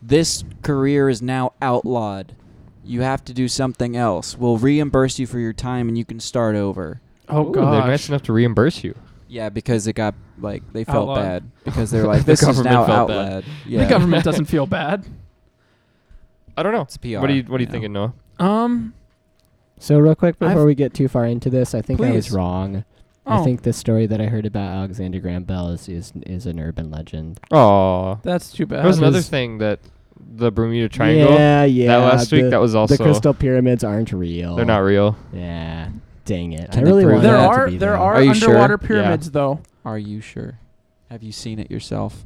[SPEAKER 4] "This career is now outlawed. You have to do something else. We'll reimburse you for your time and you can start over."
[SPEAKER 2] Oh
[SPEAKER 3] Ooh, they're nice
[SPEAKER 2] gosh.
[SPEAKER 3] enough to reimburse you.
[SPEAKER 4] Yeah, because it got like they felt
[SPEAKER 2] Outlawed.
[SPEAKER 4] bad because they're like,
[SPEAKER 3] The
[SPEAKER 4] "This is
[SPEAKER 3] government
[SPEAKER 4] now
[SPEAKER 3] felt bad.
[SPEAKER 4] outlawed." Yeah,
[SPEAKER 2] The government doesn't feel bad.
[SPEAKER 3] I don't know.
[SPEAKER 4] It's PR,
[SPEAKER 3] What are you What are you
[SPEAKER 4] yeah.
[SPEAKER 3] thinking, Noah?
[SPEAKER 2] Um.
[SPEAKER 1] So real quick before
[SPEAKER 2] I've-
[SPEAKER 1] we get too far into this, I think I was
[SPEAKER 4] Please.
[SPEAKER 1] wrong.
[SPEAKER 2] Oh,
[SPEAKER 1] I think the story that I heard about Alexander Graham Bell is is, is an urban legend.
[SPEAKER 3] Oh,
[SPEAKER 2] that's too bad.
[SPEAKER 3] that was another
[SPEAKER 1] was-
[SPEAKER 3] thing that the Bermuda Triangle
[SPEAKER 1] Yeah, yeah.
[SPEAKER 3] that last
[SPEAKER 1] the,
[SPEAKER 3] week that was also
[SPEAKER 1] the crystal pyramids aren't real.
[SPEAKER 3] they're not real.
[SPEAKER 1] Yeah. Dang it.
[SPEAKER 4] Can
[SPEAKER 1] I
[SPEAKER 4] they
[SPEAKER 1] really
[SPEAKER 4] prove
[SPEAKER 1] want
[SPEAKER 2] there
[SPEAKER 1] that
[SPEAKER 4] had
[SPEAKER 2] are
[SPEAKER 1] to be
[SPEAKER 2] there
[SPEAKER 1] though.
[SPEAKER 2] are,
[SPEAKER 4] Are you sure?
[SPEAKER 2] underwater
[SPEAKER 3] Yeah.
[SPEAKER 2] pyramids though.
[SPEAKER 4] Are you sure? Have you seen it yourself?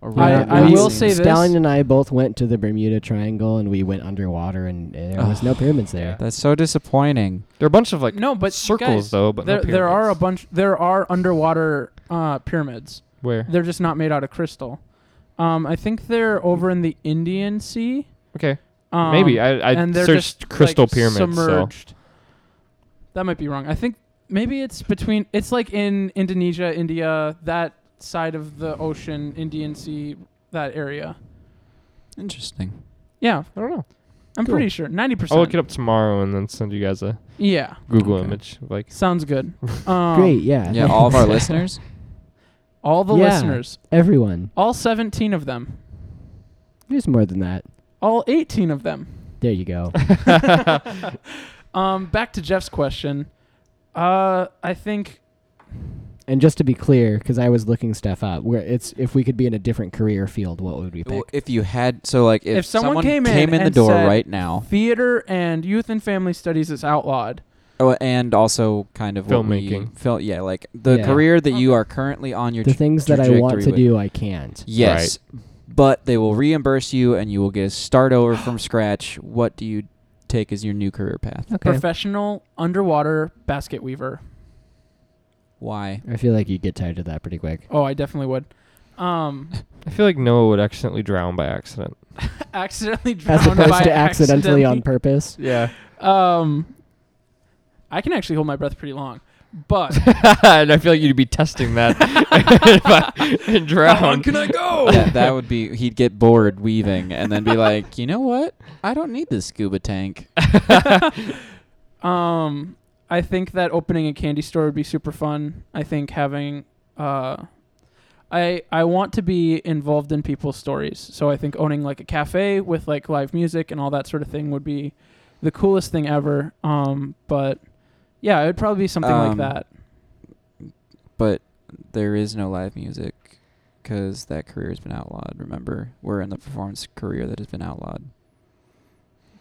[SPEAKER 4] Or
[SPEAKER 1] We're
[SPEAKER 2] I-
[SPEAKER 1] not-
[SPEAKER 4] were
[SPEAKER 2] I
[SPEAKER 1] we-
[SPEAKER 4] you
[SPEAKER 2] will
[SPEAKER 4] seeing
[SPEAKER 2] say
[SPEAKER 4] it?
[SPEAKER 2] this-
[SPEAKER 1] Stalin and I both went to the Bermuda Triangle and we went underwater and there was no pyramids there.
[SPEAKER 4] that's so disappointing.
[SPEAKER 3] There are a bunch of like
[SPEAKER 2] no, but
[SPEAKER 3] circles
[SPEAKER 2] guys,
[SPEAKER 3] though, but no
[SPEAKER 2] there, there are a
[SPEAKER 3] pyramids.
[SPEAKER 2] bunch. There are underwater uh, pyramids.
[SPEAKER 3] where
[SPEAKER 2] They're just not made out of crystal. Um, I think they're over in the Indian Sea.
[SPEAKER 3] okay
[SPEAKER 2] Um,
[SPEAKER 3] maybe I I
[SPEAKER 2] and they're
[SPEAKER 3] searched
[SPEAKER 2] just,
[SPEAKER 3] crystal
[SPEAKER 2] like,
[SPEAKER 3] pyramids. So
[SPEAKER 2] Submerged. That might be wrong. I think maybe it's between. It's like in Indonesia, India, that side of the ocean, Indian Sea, that area.
[SPEAKER 4] Interesting.
[SPEAKER 2] Yeah,
[SPEAKER 3] I don't know.
[SPEAKER 2] I'm
[SPEAKER 3] Cool.
[SPEAKER 2] pretty sure. Ninety percent.
[SPEAKER 3] I'll look it up tomorrow and then send you guys a
[SPEAKER 2] Yeah,
[SPEAKER 3] Google
[SPEAKER 4] Okay.
[SPEAKER 3] image. Like
[SPEAKER 2] sounds good. Um,
[SPEAKER 1] Great, yeah.
[SPEAKER 4] Yeah, all of our listeners.
[SPEAKER 2] All the
[SPEAKER 1] Yeah.
[SPEAKER 2] listeners,
[SPEAKER 1] Everyone.
[SPEAKER 2] all 17 of them,
[SPEAKER 1] There's more than that.
[SPEAKER 2] all 18 of them.
[SPEAKER 1] There you go.
[SPEAKER 2] Um, back to Jeff's question. Uh, I think
[SPEAKER 1] and just to be clear, because I was looking stuff up, where it's if we could be in a different career field, what would we
[SPEAKER 4] Well,
[SPEAKER 1] pick?
[SPEAKER 4] if you had so like if,
[SPEAKER 2] If someone came in
[SPEAKER 4] the
[SPEAKER 2] and
[SPEAKER 4] door
[SPEAKER 2] said-
[SPEAKER 4] right now,
[SPEAKER 2] theater and youth and family studies is outlawed.
[SPEAKER 4] oh, and also kind of what we
[SPEAKER 3] Filmmaking.
[SPEAKER 4] fil- yeah, like the
[SPEAKER 1] Yeah.
[SPEAKER 4] career that you are currently on your
[SPEAKER 1] The
[SPEAKER 4] tra-
[SPEAKER 1] things that I want to
[SPEAKER 4] trajectory
[SPEAKER 1] do, I can't.
[SPEAKER 4] Yes, but they will reimburse you, and you will get a start over from scratch. What do you take as your new career path?
[SPEAKER 1] Okay.
[SPEAKER 2] Professional underwater basket weaver.
[SPEAKER 4] Why?
[SPEAKER 1] I feel like you get tired of that pretty quick.
[SPEAKER 2] Oh, I definitely would. Um,
[SPEAKER 3] I feel like Noah would accidentally drown by accident.
[SPEAKER 2] accidentally drowned
[SPEAKER 1] As opposed
[SPEAKER 2] by
[SPEAKER 1] to accidentally on
[SPEAKER 2] accident.
[SPEAKER 1] purpose.
[SPEAKER 3] Yeah.
[SPEAKER 2] Um, I can actually hold my breath pretty long, but
[SPEAKER 3] and I feel like you'd be testing that if I- and drown.
[SPEAKER 2] how long can I go?
[SPEAKER 4] that, that would be he'd get bored weaving and then be like, you know what? I don't need this scuba tank.
[SPEAKER 2] Um, I think that opening a candy store would be super fun. I think having uh, I I want to be involved in people's stories. So I think owning like a cafe with like live music and all that sort of thing would be the coolest thing ever. Um, but yeah, it would probably be something
[SPEAKER 4] Um,
[SPEAKER 2] like that.
[SPEAKER 4] But there is no live music because that career has been outlawed. Remember, we're in the performance career that has been outlawed.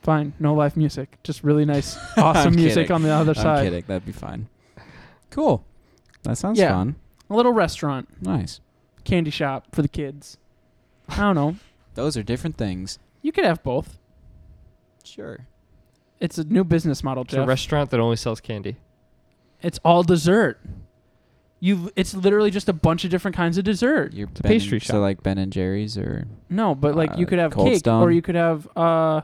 [SPEAKER 2] Fine, no live music, just really nice, awesome
[SPEAKER 4] I'm
[SPEAKER 2] music
[SPEAKER 4] kidding.
[SPEAKER 2] on the other
[SPEAKER 4] I'm
[SPEAKER 2] side.
[SPEAKER 4] kidding. That'd be fine. Cool. That sounds
[SPEAKER 2] Yeah.
[SPEAKER 4] fun.
[SPEAKER 2] A little restaurant,
[SPEAKER 4] Nice.
[SPEAKER 2] candy shop for the kids. I don't know.
[SPEAKER 4] Those are different things.
[SPEAKER 2] You could have both.
[SPEAKER 4] Sure.
[SPEAKER 2] It's a new business model,
[SPEAKER 3] It's a
[SPEAKER 2] Jeff.
[SPEAKER 3] restaurant that only sells candy.
[SPEAKER 2] It's all dessert. You it's literally just a bunch of different kinds of dessert.
[SPEAKER 4] You're
[SPEAKER 3] a pastry
[SPEAKER 4] So
[SPEAKER 3] shop.
[SPEAKER 4] like Ben and Jerry's or
[SPEAKER 2] No, but like you
[SPEAKER 4] Uh,
[SPEAKER 2] could have
[SPEAKER 4] Cold
[SPEAKER 2] cake
[SPEAKER 4] Stone.
[SPEAKER 2] or you could have uh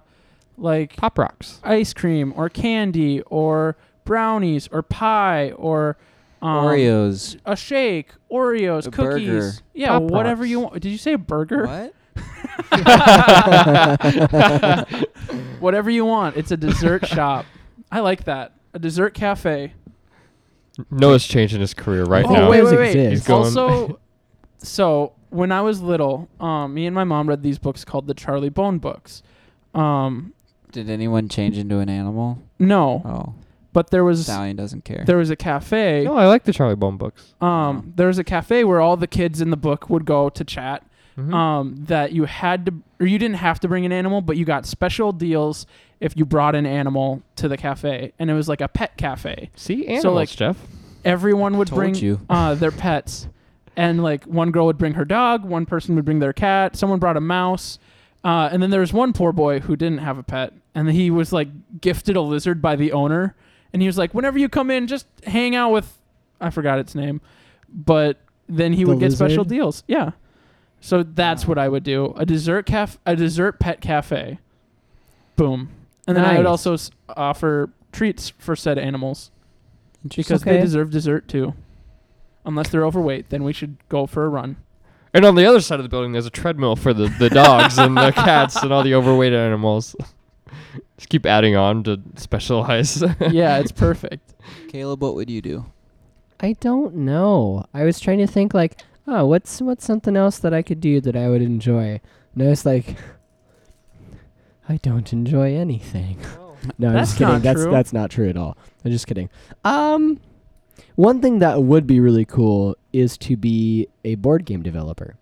[SPEAKER 2] like
[SPEAKER 3] Pop rocks.
[SPEAKER 2] ice cream or candy or brownies or pie or um,
[SPEAKER 4] Oreos.
[SPEAKER 2] A shake, Oreos,
[SPEAKER 4] A
[SPEAKER 2] cookies.
[SPEAKER 4] burger.
[SPEAKER 2] Yeah,
[SPEAKER 3] Pop
[SPEAKER 2] whatever
[SPEAKER 3] Rocks.
[SPEAKER 2] you want. Did you say a burger?
[SPEAKER 4] What?
[SPEAKER 2] Whatever you want. It's a dessert shop. I like that. A dessert cafe.
[SPEAKER 3] Noah's changing his career right
[SPEAKER 2] oh,
[SPEAKER 3] now.
[SPEAKER 2] wait,
[SPEAKER 1] Those
[SPEAKER 2] wait, wait.
[SPEAKER 1] exist.
[SPEAKER 3] He's going-
[SPEAKER 2] Also, so when I was little, um, me and my mom read these books called the Charlie Bone books. Um,
[SPEAKER 4] Did anyone change into an animal?
[SPEAKER 2] no,
[SPEAKER 4] Oh,
[SPEAKER 2] but there was
[SPEAKER 4] Stallion doesn't care.
[SPEAKER 2] there was a cafe.
[SPEAKER 3] No, I like the Charlie Bone books.
[SPEAKER 2] Um, there was a cafe where all the kids in the book would go to chat.
[SPEAKER 1] Mm-hmm.
[SPEAKER 3] Mhm.
[SPEAKER 2] Um, that you had to or you didn't have to bring an animal, but you got special deals if you brought an animal to the cafe, and it was like a pet cafe.
[SPEAKER 3] See animals,
[SPEAKER 2] like-
[SPEAKER 3] Jeff.
[SPEAKER 2] everyone would
[SPEAKER 4] Told
[SPEAKER 2] bring
[SPEAKER 4] you.
[SPEAKER 2] Uh, their pets and like one girl would bring her dog one person would bring their cat someone brought a mouse uh, and then there was one poor boy who didn't have a pet and he was like gifted a lizard by the owner and he was like whenever you come in just hang out with i forgot its name but then he
[SPEAKER 1] The
[SPEAKER 2] would get special
[SPEAKER 1] lizard?
[SPEAKER 2] deals yeah so that's
[SPEAKER 4] Wow.
[SPEAKER 2] what i would do a dessert caf a dessert pet cafe boom and then i would
[SPEAKER 1] Nice.
[SPEAKER 2] also s- offer treats for said animals because
[SPEAKER 4] Okay.
[SPEAKER 2] they deserve dessert too. Unless they're overweight, then we should go for a run.
[SPEAKER 3] And on the other side of the building, there's a treadmill for the, the dogs and the cats and all the overweight animals. Just keep adding on to specialize.
[SPEAKER 2] yeah, it's perfect.
[SPEAKER 4] Caleb, what would you do?
[SPEAKER 1] I don't know. I was trying to think like, oh, what's what's something else that I could do that I would enjoy? And I was like, I don't enjoy anything. No, I'm
[SPEAKER 2] That's
[SPEAKER 1] just kidding.
[SPEAKER 2] not
[SPEAKER 1] that's
[SPEAKER 2] true.
[SPEAKER 1] that's not true at all. I'm just kidding. Um, one thing that would be really cool is to be a board game developer,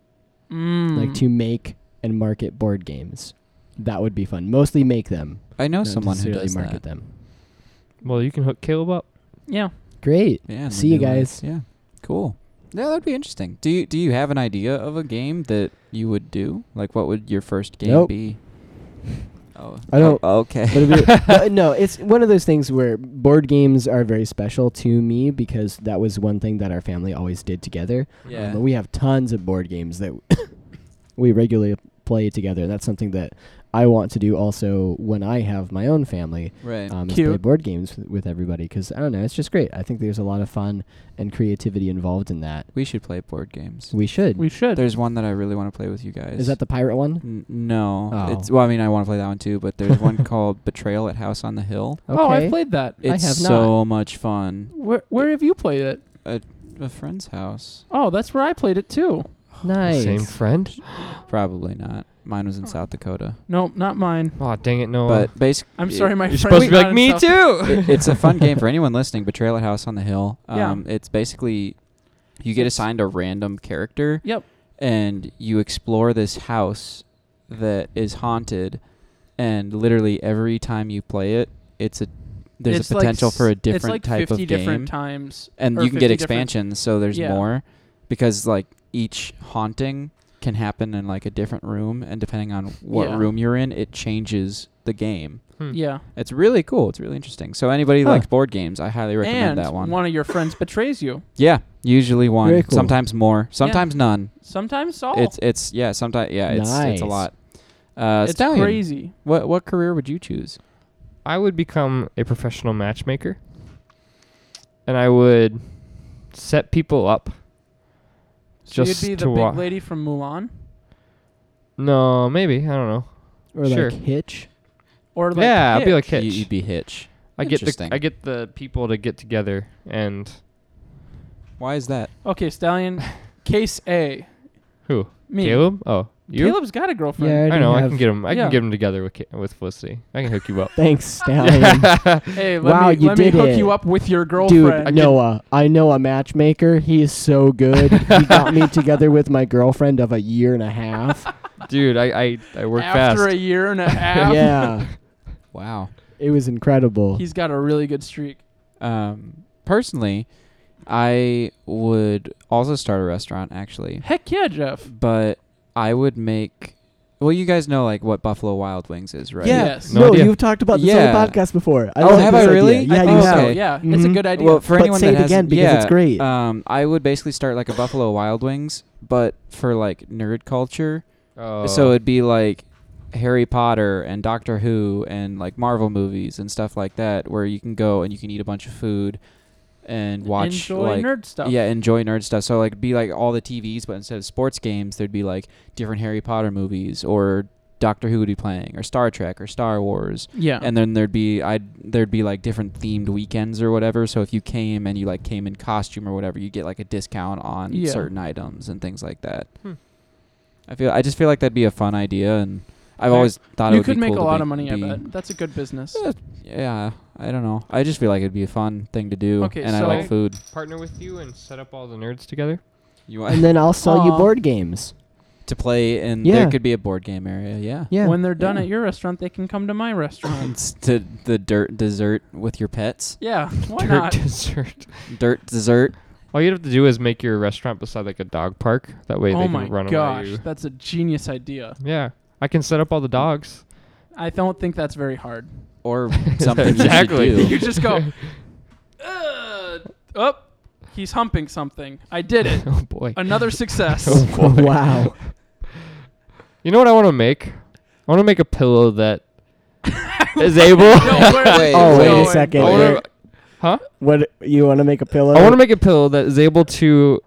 [SPEAKER 2] Mm.
[SPEAKER 1] like to make and market board games. That would be fun. Mostly make them,
[SPEAKER 4] I know
[SPEAKER 1] not
[SPEAKER 4] someone who
[SPEAKER 1] necessarily
[SPEAKER 4] does
[SPEAKER 1] market
[SPEAKER 4] that.
[SPEAKER 1] them.
[SPEAKER 3] well, you can hook Caleb up.
[SPEAKER 2] yeah.
[SPEAKER 1] Great.
[SPEAKER 4] Yeah. and
[SPEAKER 1] See
[SPEAKER 4] we
[SPEAKER 1] you
[SPEAKER 4] do it.
[SPEAKER 1] guys.
[SPEAKER 4] Yeah. Cool. Yeah, that'd be interesting. Do you do you have an idea of a game that you would do? Like, what would your first game
[SPEAKER 1] Nope.
[SPEAKER 4] be? Oh,
[SPEAKER 1] I don't-
[SPEAKER 4] Oh, okay.
[SPEAKER 1] But it'd be- but no, it's one of those things where board games are very special to me because that was one thing that our family always did together.
[SPEAKER 4] yeah.
[SPEAKER 1] Um, we have tons of board games that we regularly play together. That's something that I want to do also when I have my own family.
[SPEAKER 4] Right.
[SPEAKER 1] Um, is
[SPEAKER 2] Cute.
[SPEAKER 1] play board games with, with everybody because I don't know, it's just great. I think there's a lot of fun and creativity involved in that.
[SPEAKER 4] we should play board games.
[SPEAKER 1] We should.
[SPEAKER 2] We should.
[SPEAKER 4] There's one that I really want to play with you guys.
[SPEAKER 1] is that the pirate one?
[SPEAKER 4] N- no.
[SPEAKER 1] Oh.
[SPEAKER 4] It's well, I mean, I want to play that one too, but there's one called Betrayal at House on the Hill.
[SPEAKER 2] Oh, I've played that.
[SPEAKER 1] I
[SPEAKER 4] It's
[SPEAKER 1] have
[SPEAKER 4] so much fun.
[SPEAKER 2] Where where have you played it?
[SPEAKER 4] A friend's house.
[SPEAKER 2] Oh, that's where I played it too.
[SPEAKER 1] nice.
[SPEAKER 3] Same friend.
[SPEAKER 4] Probably not. Mine was in South Dakota.
[SPEAKER 2] Nope, not mine.
[SPEAKER 3] Oh, dang it, Noah.
[SPEAKER 4] But basically,
[SPEAKER 2] I'm sorry, my
[SPEAKER 3] You're
[SPEAKER 2] friend.
[SPEAKER 3] supposed to be like, me too.
[SPEAKER 4] it, it's a fun game for anyone listening. Betrayal at House on the Hill.
[SPEAKER 2] Yeah.
[SPEAKER 4] Um, It's basically you get assigned a random character.
[SPEAKER 2] Yep.
[SPEAKER 4] And you explore this house that is haunted, and literally every time you play it, it's a there's
[SPEAKER 2] It's
[SPEAKER 4] a
[SPEAKER 2] like
[SPEAKER 4] potential for a
[SPEAKER 2] s-
[SPEAKER 4] different
[SPEAKER 2] it's like
[SPEAKER 4] type
[SPEAKER 2] 50
[SPEAKER 4] of game,
[SPEAKER 2] different times.
[SPEAKER 4] and
[SPEAKER 2] or
[SPEAKER 4] you can get
[SPEAKER 2] 50 different-
[SPEAKER 4] expansions. So there's
[SPEAKER 2] Yeah.
[SPEAKER 4] more because like each haunting can happen in like a different room, and depending on what
[SPEAKER 2] Yeah.
[SPEAKER 4] room you're in, it changes the game.
[SPEAKER 3] Hmm.
[SPEAKER 2] Yeah.
[SPEAKER 4] It's really cool. It's really interesting. So anybody who
[SPEAKER 1] Huh.
[SPEAKER 4] likes board games, I highly
[SPEAKER 2] and
[SPEAKER 4] recommend that one.
[SPEAKER 2] of your friends betrays you.
[SPEAKER 4] Yeah, usually one,
[SPEAKER 1] Very cool.
[SPEAKER 4] sometimes more, sometimes none.
[SPEAKER 2] Sometimes all.
[SPEAKER 4] It's it's yeah, sometimes yeah, it's it's
[SPEAKER 1] Nice.
[SPEAKER 4] a lot. Uh,
[SPEAKER 2] It's
[SPEAKER 4] Stallion,
[SPEAKER 2] crazy.
[SPEAKER 4] what what career would you choose?
[SPEAKER 3] I would become a professional matchmaker, and I would set people up.
[SPEAKER 2] So
[SPEAKER 3] Just
[SPEAKER 2] you'd be the
[SPEAKER 3] to
[SPEAKER 2] big
[SPEAKER 3] wa-
[SPEAKER 2] lady from Mulan,
[SPEAKER 3] No, maybe I don't know.
[SPEAKER 1] Or
[SPEAKER 3] Sure.
[SPEAKER 1] like Hitch.
[SPEAKER 2] or like
[SPEAKER 3] yeah, I'd be like
[SPEAKER 4] You-
[SPEAKER 3] Hitch.
[SPEAKER 4] You'd be Hitch.
[SPEAKER 3] I get the
[SPEAKER 4] Interesting.
[SPEAKER 3] I get the people to get together and
[SPEAKER 4] Why is that?
[SPEAKER 2] okay, Stallion. Case A.
[SPEAKER 3] who
[SPEAKER 2] Me.
[SPEAKER 3] Caleb? Oh, you?
[SPEAKER 2] Caleb's got a girlfriend.
[SPEAKER 1] Yeah,
[SPEAKER 3] I know. I
[SPEAKER 1] have-
[SPEAKER 3] can get him. I
[SPEAKER 2] yeah.
[SPEAKER 3] can get him together with Ca- with Felicity. I can hook you up.
[SPEAKER 1] Thanks, Stallion.
[SPEAKER 2] Hey, let
[SPEAKER 1] Wow,
[SPEAKER 2] me
[SPEAKER 1] you
[SPEAKER 2] let
[SPEAKER 1] did
[SPEAKER 2] me hook
[SPEAKER 1] it.
[SPEAKER 2] you up with your girlfriend.
[SPEAKER 1] Dude, Noah, I know a matchmaker. He is so good. he got me together with my girlfriend of a year and a half.
[SPEAKER 3] Dude, I I, I work
[SPEAKER 2] After
[SPEAKER 3] fast.
[SPEAKER 2] a year and a half,
[SPEAKER 1] yeah.
[SPEAKER 4] Wow.
[SPEAKER 1] It was incredible.
[SPEAKER 2] he's got a really good streak.
[SPEAKER 4] Um, personally, I would also start a restaurant actually,
[SPEAKER 2] Heck yeah, Jeff.
[SPEAKER 4] but I would make. Well, you guys know like what Buffalo Wild Wings is, right?
[SPEAKER 2] Yeah.
[SPEAKER 1] Yes.
[SPEAKER 2] Yes.
[SPEAKER 1] No,
[SPEAKER 3] No idea.
[SPEAKER 1] you've talked about this
[SPEAKER 4] Yeah.
[SPEAKER 1] on the podcast before. I
[SPEAKER 4] Oh,
[SPEAKER 1] love
[SPEAKER 4] have
[SPEAKER 1] this
[SPEAKER 4] I
[SPEAKER 1] idea.
[SPEAKER 4] really?
[SPEAKER 1] Yeah,
[SPEAKER 2] I oh,
[SPEAKER 1] you
[SPEAKER 2] think
[SPEAKER 1] have.
[SPEAKER 2] so.
[SPEAKER 4] Okay.
[SPEAKER 2] Yeah, it's a
[SPEAKER 1] Mhm.
[SPEAKER 2] good idea.
[SPEAKER 4] Mm-hmm. Well, for
[SPEAKER 1] But
[SPEAKER 4] anyone
[SPEAKER 1] say
[SPEAKER 4] that
[SPEAKER 1] it again
[SPEAKER 4] hasn't-
[SPEAKER 1] because
[SPEAKER 4] yeah,
[SPEAKER 1] it's great.
[SPEAKER 4] Um, I would basically start like a Buffalo Wild Wings, but for like nerd culture.
[SPEAKER 3] Oh.
[SPEAKER 4] So it'd be like Harry Potter and Doctor Who and like Marvel movies and stuff like that, where you can go and you can eat a bunch of food and watch
[SPEAKER 2] Enjoy
[SPEAKER 4] like
[SPEAKER 2] nerd stuff.
[SPEAKER 4] yeah, enjoy nerd stuff. So like be like all the TVs, but instead of sports games, there'd be like different Harry Potter movies or Doctor Who would be playing or Star Trek or Star Wars.
[SPEAKER 2] yeah.
[SPEAKER 4] And then there'd be I'd there'd be like different themed weekends or whatever. So if you came and you like came in costume or whatever, you get like a discount on
[SPEAKER 2] Yeah.
[SPEAKER 4] certain items and things like that.
[SPEAKER 3] Hmm.
[SPEAKER 4] I feel I just feel like that'd be a fun idea, and I've
[SPEAKER 2] Yeah.
[SPEAKER 4] always thought it
[SPEAKER 2] you
[SPEAKER 4] would be
[SPEAKER 2] could make
[SPEAKER 4] cool
[SPEAKER 2] a
[SPEAKER 4] to
[SPEAKER 2] lot
[SPEAKER 4] be-
[SPEAKER 2] of money. I
[SPEAKER 4] be- Uh,
[SPEAKER 2] bet that's a good business.
[SPEAKER 4] Yeah. Yeah, I don't know. I just feel like it'd be a fun thing to do,
[SPEAKER 2] Okay,
[SPEAKER 4] and I
[SPEAKER 2] so-
[SPEAKER 4] like food.
[SPEAKER 3] partner with you and set up all the nerds together.
[SPEAKER 4] You
[SPEAKER 1] and then I'll sell you
[SPEAKER 2] Aw.
[SPEAKER 1] board games.
[SPEAKER 4] to play, and
[SPEAKER 1] Yeah.
[SPEAKER 4] there could be a board game area. Yeah,
[SPEAKER 1] Yeah.
[SPEAKER 2] When they're done
[SPEAKER 4] Yeah.
[SPEAKER 2] at your restaurant, they can come to my restaurant.
[SPEAKER 4] It's to the dirt dessert with your pets.
[SPEAKER 2] yeah, why
[SPEAKER 3] Dirt
[SPEAKER 2] not?
[SPEAKER 3] dessert.
[SPEAKER 4] Dirt dessert.
[SPEAKER 3] All you'd have to do is make your restaurant beside like a dog park. That way
[SPEAKER 2] Oh
[SPEAKER 3] they
[SPEAKER 2] my
[SPEAKER 3] can run
[SPEAKER 2] gosh,
[SPEAKER 3] away.
[SPEAKER 2] that's a genius idea.
[SPEAKER 3] Yeah, I can set up all the dogs.
[SPEAKER 2] I don't think that's very hard.
[SPEAKER 4] Or something
[SPEAKER 3] Exactly.
[SPEAKER 4] you should do.
[SPEAKER 2] You just go, uh, oh, he's humping something. I did it.
[SPEAKER 3] oh boy.
[SPEAKER 2] Another success.
[SPEAKER 3] Oh boy.
[SPEAKER 1] wow.
[SPEAKER 3] You know what I want to make? I want to make a pillow that is able.
[SPEAKER 2] No, where-
[SPEAKER 4] Wait,
[SPEAKER 1] Oh, wait
[SPEAKER 2] no,
[SPEAKER 1] a second.
[SPEAKER 3] I
[SPEAKER 1] Wait.
[SPEAKER 3] wanna, huh?
[SPEAKER 1] What you want to make a pillow?
[SPEAKER 3] I want to make a pillow that is able to.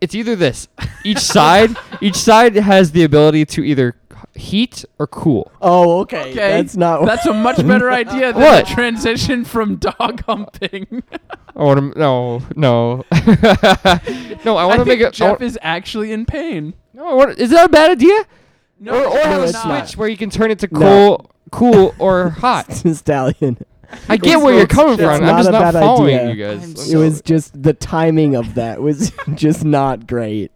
[SPEAKER 3] It's either this. Each side, each side has the ability to either heat or cool.
[SPEAKER 1] Oh, okay.
[SPEAKER 2] Okay.
[SPEAKER 1] That's not.
[SPEAKER 2] That's a much better idea than
[SPEAKER 3] What?
[SPEAKER 2] the transition from dog humping.
[SPEAKER 3] I want to. No, no, no. I
[SPEAKER 2] I,
[SPEAKER 3] want to
[SPEAKER 2] think
[SPEAKER 3] make it. I
[SPEAKER 2] Jeff
[SPEAKER 3] wa-
[SPEAKER 2] is actually in pain.
[SPEAKER 3] no, I wanna, is that a bad idea?
[SPEAKER 2] No,
[SPEAKER 3] or or
[SPEAKER 2] it's
[SPEAKER 3] have a
[SPEAKER 1] it's
[SPEAKER 3] switch
[SPEAKER 1] not.
[SPEAKER 3] where you can turn it to
[SPEAKER 1] No.
[SPEAKER 3] cool, cool or hot.
[SPEAKER 1] stallion.
[SPEAKER 3] I get
[SPEAKER 2] It's-
[SPEAKER 3] where you're
[SPEAKER 2] it's-
[SPEAKER 3] coming
[SPEAKER 2] it's
[SPEAKER 3] from. I'm
[SPEAKER 1] not
[SPEAKER 3] just
[SPEAKER 1] a
[SPEAKER 3] not
[SPEAKER 1] bad
[SPEAKER 3] following
[SPEAKER 1] idea.
[SPEAKER 3] you
[SPEAKER 2] I'm
[SPEAKER 3] guys.
[SPEAKER 1] It was just the timing of that was just not great.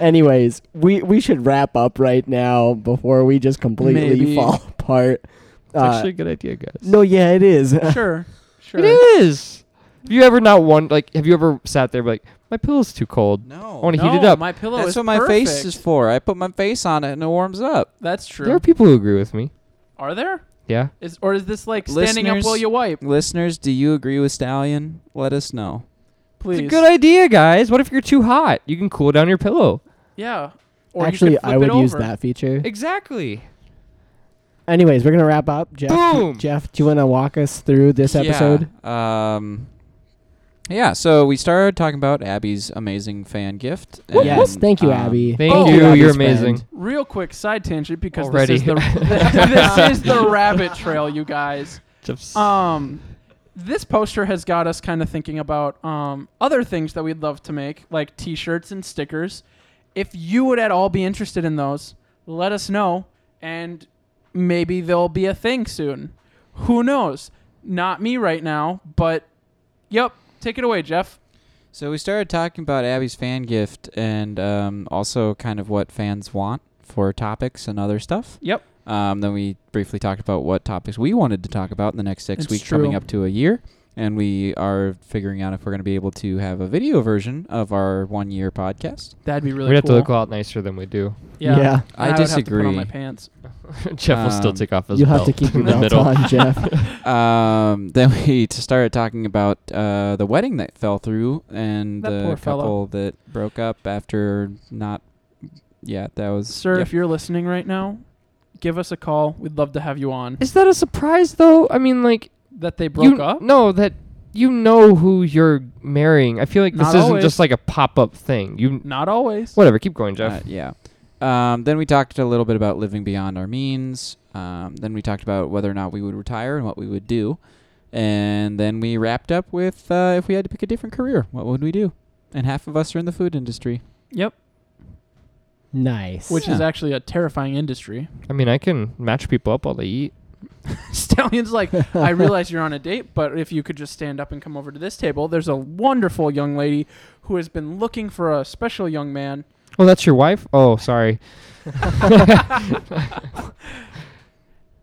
[SPEAKER 1] Anyways, we we should wrap up right now before we just completely
[SPEAKER 2] Maybe.
[SPEAKER 1] fall apart.
[SPEAKER 3] It's
[SPEAKER 1] Uh,
[SPEAKER 3] actually a good idea, guys.
[SPEAKER 1] no, yeah, it is.
[SPEAKER 2] Sure, sure.
[SPEAKER 3] It is. Have you ever not won? Like, have you ever sat there and be like, my pillow's too cold?
[SPEAKER 4] No.
[SPEAKER 3] I want to
[SPEAKER 2] no,
[SPEAKER 3] heat it up.
[SPEAKER 2] My pillow
[SPEAKER 4] That's
[SPEAKER 2] is
[SPEAKER 4] what my
[SPEAKER 2] perfect.
[SPEAKER 4] face is for. I put my face on it and it warms up.
[SPEAKER 2] That's
[SPEAKER 3] There
[SPEAKER 2] true.
[SPEAKER 3] are people who agree with me.
[SPEAKER 2] Are there?
[SPEAKER 3] Yeah.
[SPEAKER 2] Is or is this like standing up
[SPEAKER 4] Listeners-
[SPEAKER 2] while you wipe?
[SPEAKER 4] Listeners, do you agree with Stallion? Let us know.
[SPEAKER 2] Please.
[SPEAKER 3] It's a good idea, guys. What if you're too hot? You can cool down your pillow.
[SPEAKER 2] Yeah. Or
[SPEAKER 1] Actually,
[SPEAKER 2] you could flip
[SPEAKER 1] I would
[SPEAKER 2] it
[SPEAKER 1] use
[SPEAKER 2] over.
[SPEAKER 1] that feature.
[SPEAKER 3] Exactly.
[SPEAKER 1] Anyways, we're gonna wrap up. Jeff,
[SPEAKER 3] Boom!
[SPEAKER 1] Jeff, do you want to walk us through this episode?
[SPEAKER 4] Yeah. Um yeah, so we started talking about Abby's amazing fan gift.
[SPEAKER 1] Whoop,
[SPEAKER 4] and,
[SPEAKER 1] whoop. Thank you,
[SPEAKER 4] um,
[SPEAKER 1] Abby.
[SPEAKER 3] Thank
[SPEAKER 2] Oh.
[SPEAKER 3] you.
[SPEAKER 1] Abby's
[SPEAKER 3] you're
[SPEAKER 1] friend.
[SPEAKER 3] amazing.
[SPEAKER 2] Real quick side tangent because
[SPEAKER 3] Already.
[SPEAKER 2] this is the this is the rabbit trail, you guys.
[SPEAKER 3] Jeff's-
[SPEAKER 2] Um, this poster has got us kind of thinking about um, other things that we'd love to make, like T-shirts and stickers. If you would at all be interested in those, let us know, and maybe there'll be a thing soon. Who knows? Not me right now, but yep. Take it away, Jeff.
[SPEAKER 4] So we started talking about Abby's fan gift and um, also kind of what fans want for topics and other stuff.
[SPEAKER 2] Yep.
[SPEAKER 4] Um, then we briefly talked about what topics we wanted to talk about in the next six
[SPEAKER 2] That's
[SPEAKER 4] weeks
[SPEAKER 2] true.
[SPEAKER 4] coming up to a year. and we are figuring out if we're going to be able to have a video version of our one year podcast.
[SPEAKER 2] That'd be really
[SPEAKER 3] We'd have
[SPEAKER 2] cool.
[SPEAKER 3] to look a lot nicer than we do.
[SPEAKER 2] yeah.
[SPEAKER 1] Yeah.
[SPEAKER 2] I,
[SPEAKER 4] I
[SPEAKER 2] would have to put on
[SPEAKER 4] disagree.
[SPEAKER 2] my pants.
[SPEAKER 3] Jeff will still
[SPEAKER 4] Um,
[SPEAKER 3] take off his
[SPEAKER 1] You
[SPEAKER 3] belt
[SPEAKER 1] have to keep your
[SPEAKER 3] in the
[SPEAKER 1] belt
[SPEAKER 3] middle.
[SPEAKER 1] on, Jeff.
[SPEAKER 4] Um, then we t- started talking about uh, the wedding that fell through and
[SPEAKER 2] That
[SPEAKER 4] the
[SPEAKER 2] poor
[SPEAKER 4] couple
[SPEAKER 2] fellow.
[SPEAKER 4] that broke up after not. Yeah, that was.
[SPEAKER 2] Sir,
[SPEAKER 4] yep.
[SPEAKER 2] if you're listening right now, give us a call. We'd love to have you on.
[SPEAKER 3] Is that a surprise though? I mean, like
[SPEAKER 2] That they broke
[SPEAKER 3] you,
[SPEAKER 2] up?
[SPEAKER 3] No, that you know who you're marrying. I feel like this
[SPEAKER 2] Not
[SPEAKER 3] isn't
[SPEAKER 2] always.
[SPEAKER 3] just like a pop up thing. You
[SPEAKER 2] Not always.
[SPEAKER 3] whatever. Keep going, Jeff.
[SPEAKER 4] Uh, yeah. Um, then we talked a little bit about living beyond our means. Um, then we talked about whether or not we would retire and what we would do. And then we wrapped up with uh, if we had to pick a different career, what would we do? And half of us are in the food industry.
[SPEAKER 2] Yep.
[SPEAKER 1] nice.
[SPEAKER 2] Which is
[SPEAKER 4] Yeah.
[SPEAKER 2] actually a terrifying industry.
[SPEAKER 3] I mean, I can match people up while they eat.
[SPEAKER 2] Stallion's like, I realize you're on a date, but if you could just stand up and come over to this table, there's a wonderful young lady who has been looking for a special young man.
[SPEAKER 3] Oh, that's your wife? Oh, sorry.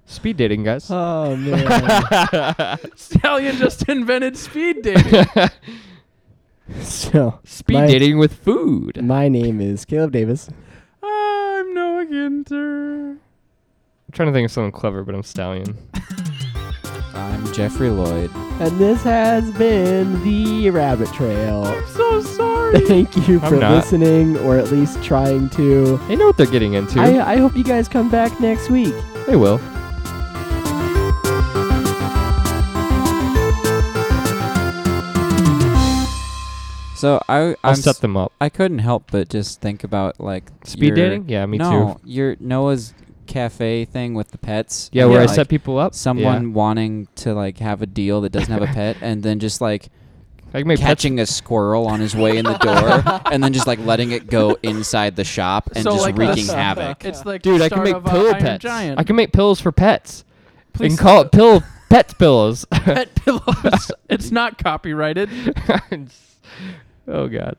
[SPEAKER 3] Speed dating, guys.
[SPEAKER 1] oh man.
[SPEAKER 2] Stallion just invented speed dating.
[SPEAKER 1] so
[SPEAKER 3] Speed
[SPEAKER 1] My-
[SPEAKER 3] dating with food.
[SPEAKER 1] my name is Caleb Davis.
[SPEAKER 2] I'm Noah Ginter.
[SPEAKER 3] I'm trying to think of something clever, but I'm stallion.
[SPEAKER 4] I'm Jeffrey Lloyd.
[SPEAKER 1] And this has been the Rabbit Trail.
[SPEAKER 2] I'm so sorry.
[SPEAKER 1] Thank you
[SPEAKER 3] I'm
[SPEAKER 1] for
[SPEAKER 3] not.
[SPEAKER 1] listening, or at least trying to.
[SPEAKER 3] They know what they're getting into.
[SPEAKER 1] I, I hope you guys come back next week.
[SPEAKER 3] they will.
[SPEAKER 4] So I
[SPEAKER 3] I'll
[SPEAKER 4] I'm
[SPEAKER 3] set
[SPEAKER 4] s-
[SPEAKER 3] them up.
[SPEAKER 4] I couldn't help but just think about like
[SPEAKER 3] Speed
[SPEAKER 4] your-
[SPEAKER 3] dating? Yeah, me
[SPEAKER 4] no,
[SPEAKER 3] too.
[SPEAKER 4] your Noah's cafe thing with the pets.
[SPEAKER 3] Yeah, where
[SPEAKER 2] Yeah,
[SPEAKER 3] I
[SPEAKER 4] like,
[SPEAKER 3] set people up.
[SPEAKER 4] someone
[SPEAKER 3] Yeah.
[SPEAKER 4] wanting to like have a deal that doesn't have a pet, and then just like
[SPEAKER 3] I can make pets-
[SPEAKER 4] catching a squirrel on his way in the door and then just like letting it go inside the shop and
[SPEAKER 2] So,
[SPEAKER 4] just
[SPEAKER 2] like,
[SPEAKER 4] wreaking
[SPEAKER 2] this-
[SPEAKER 4] havoc.
[SPEAKER 2] It's like
[SPEAKER 3] Dude,
[SPEAKER 2] the
[SPEAKER 3] I can
[SPEAKER 2] start
[SPEAKER 3] make
[SPEAKER 2] of, uh,
[SPEAKER 3] pillow
[SPEAKER 2] Iron
[SPEAKER 3] pets.
[SPEAKER 2] Giant.
[SPEAKER 3] I can make pillows for pets. We
[SPEAKER 2] Please
[SPEAKER 3] can call it pill pet pillows.
[SPEAKER 2] pet pillows. it's not copyrighted.
[SPEAKER 3] oh god.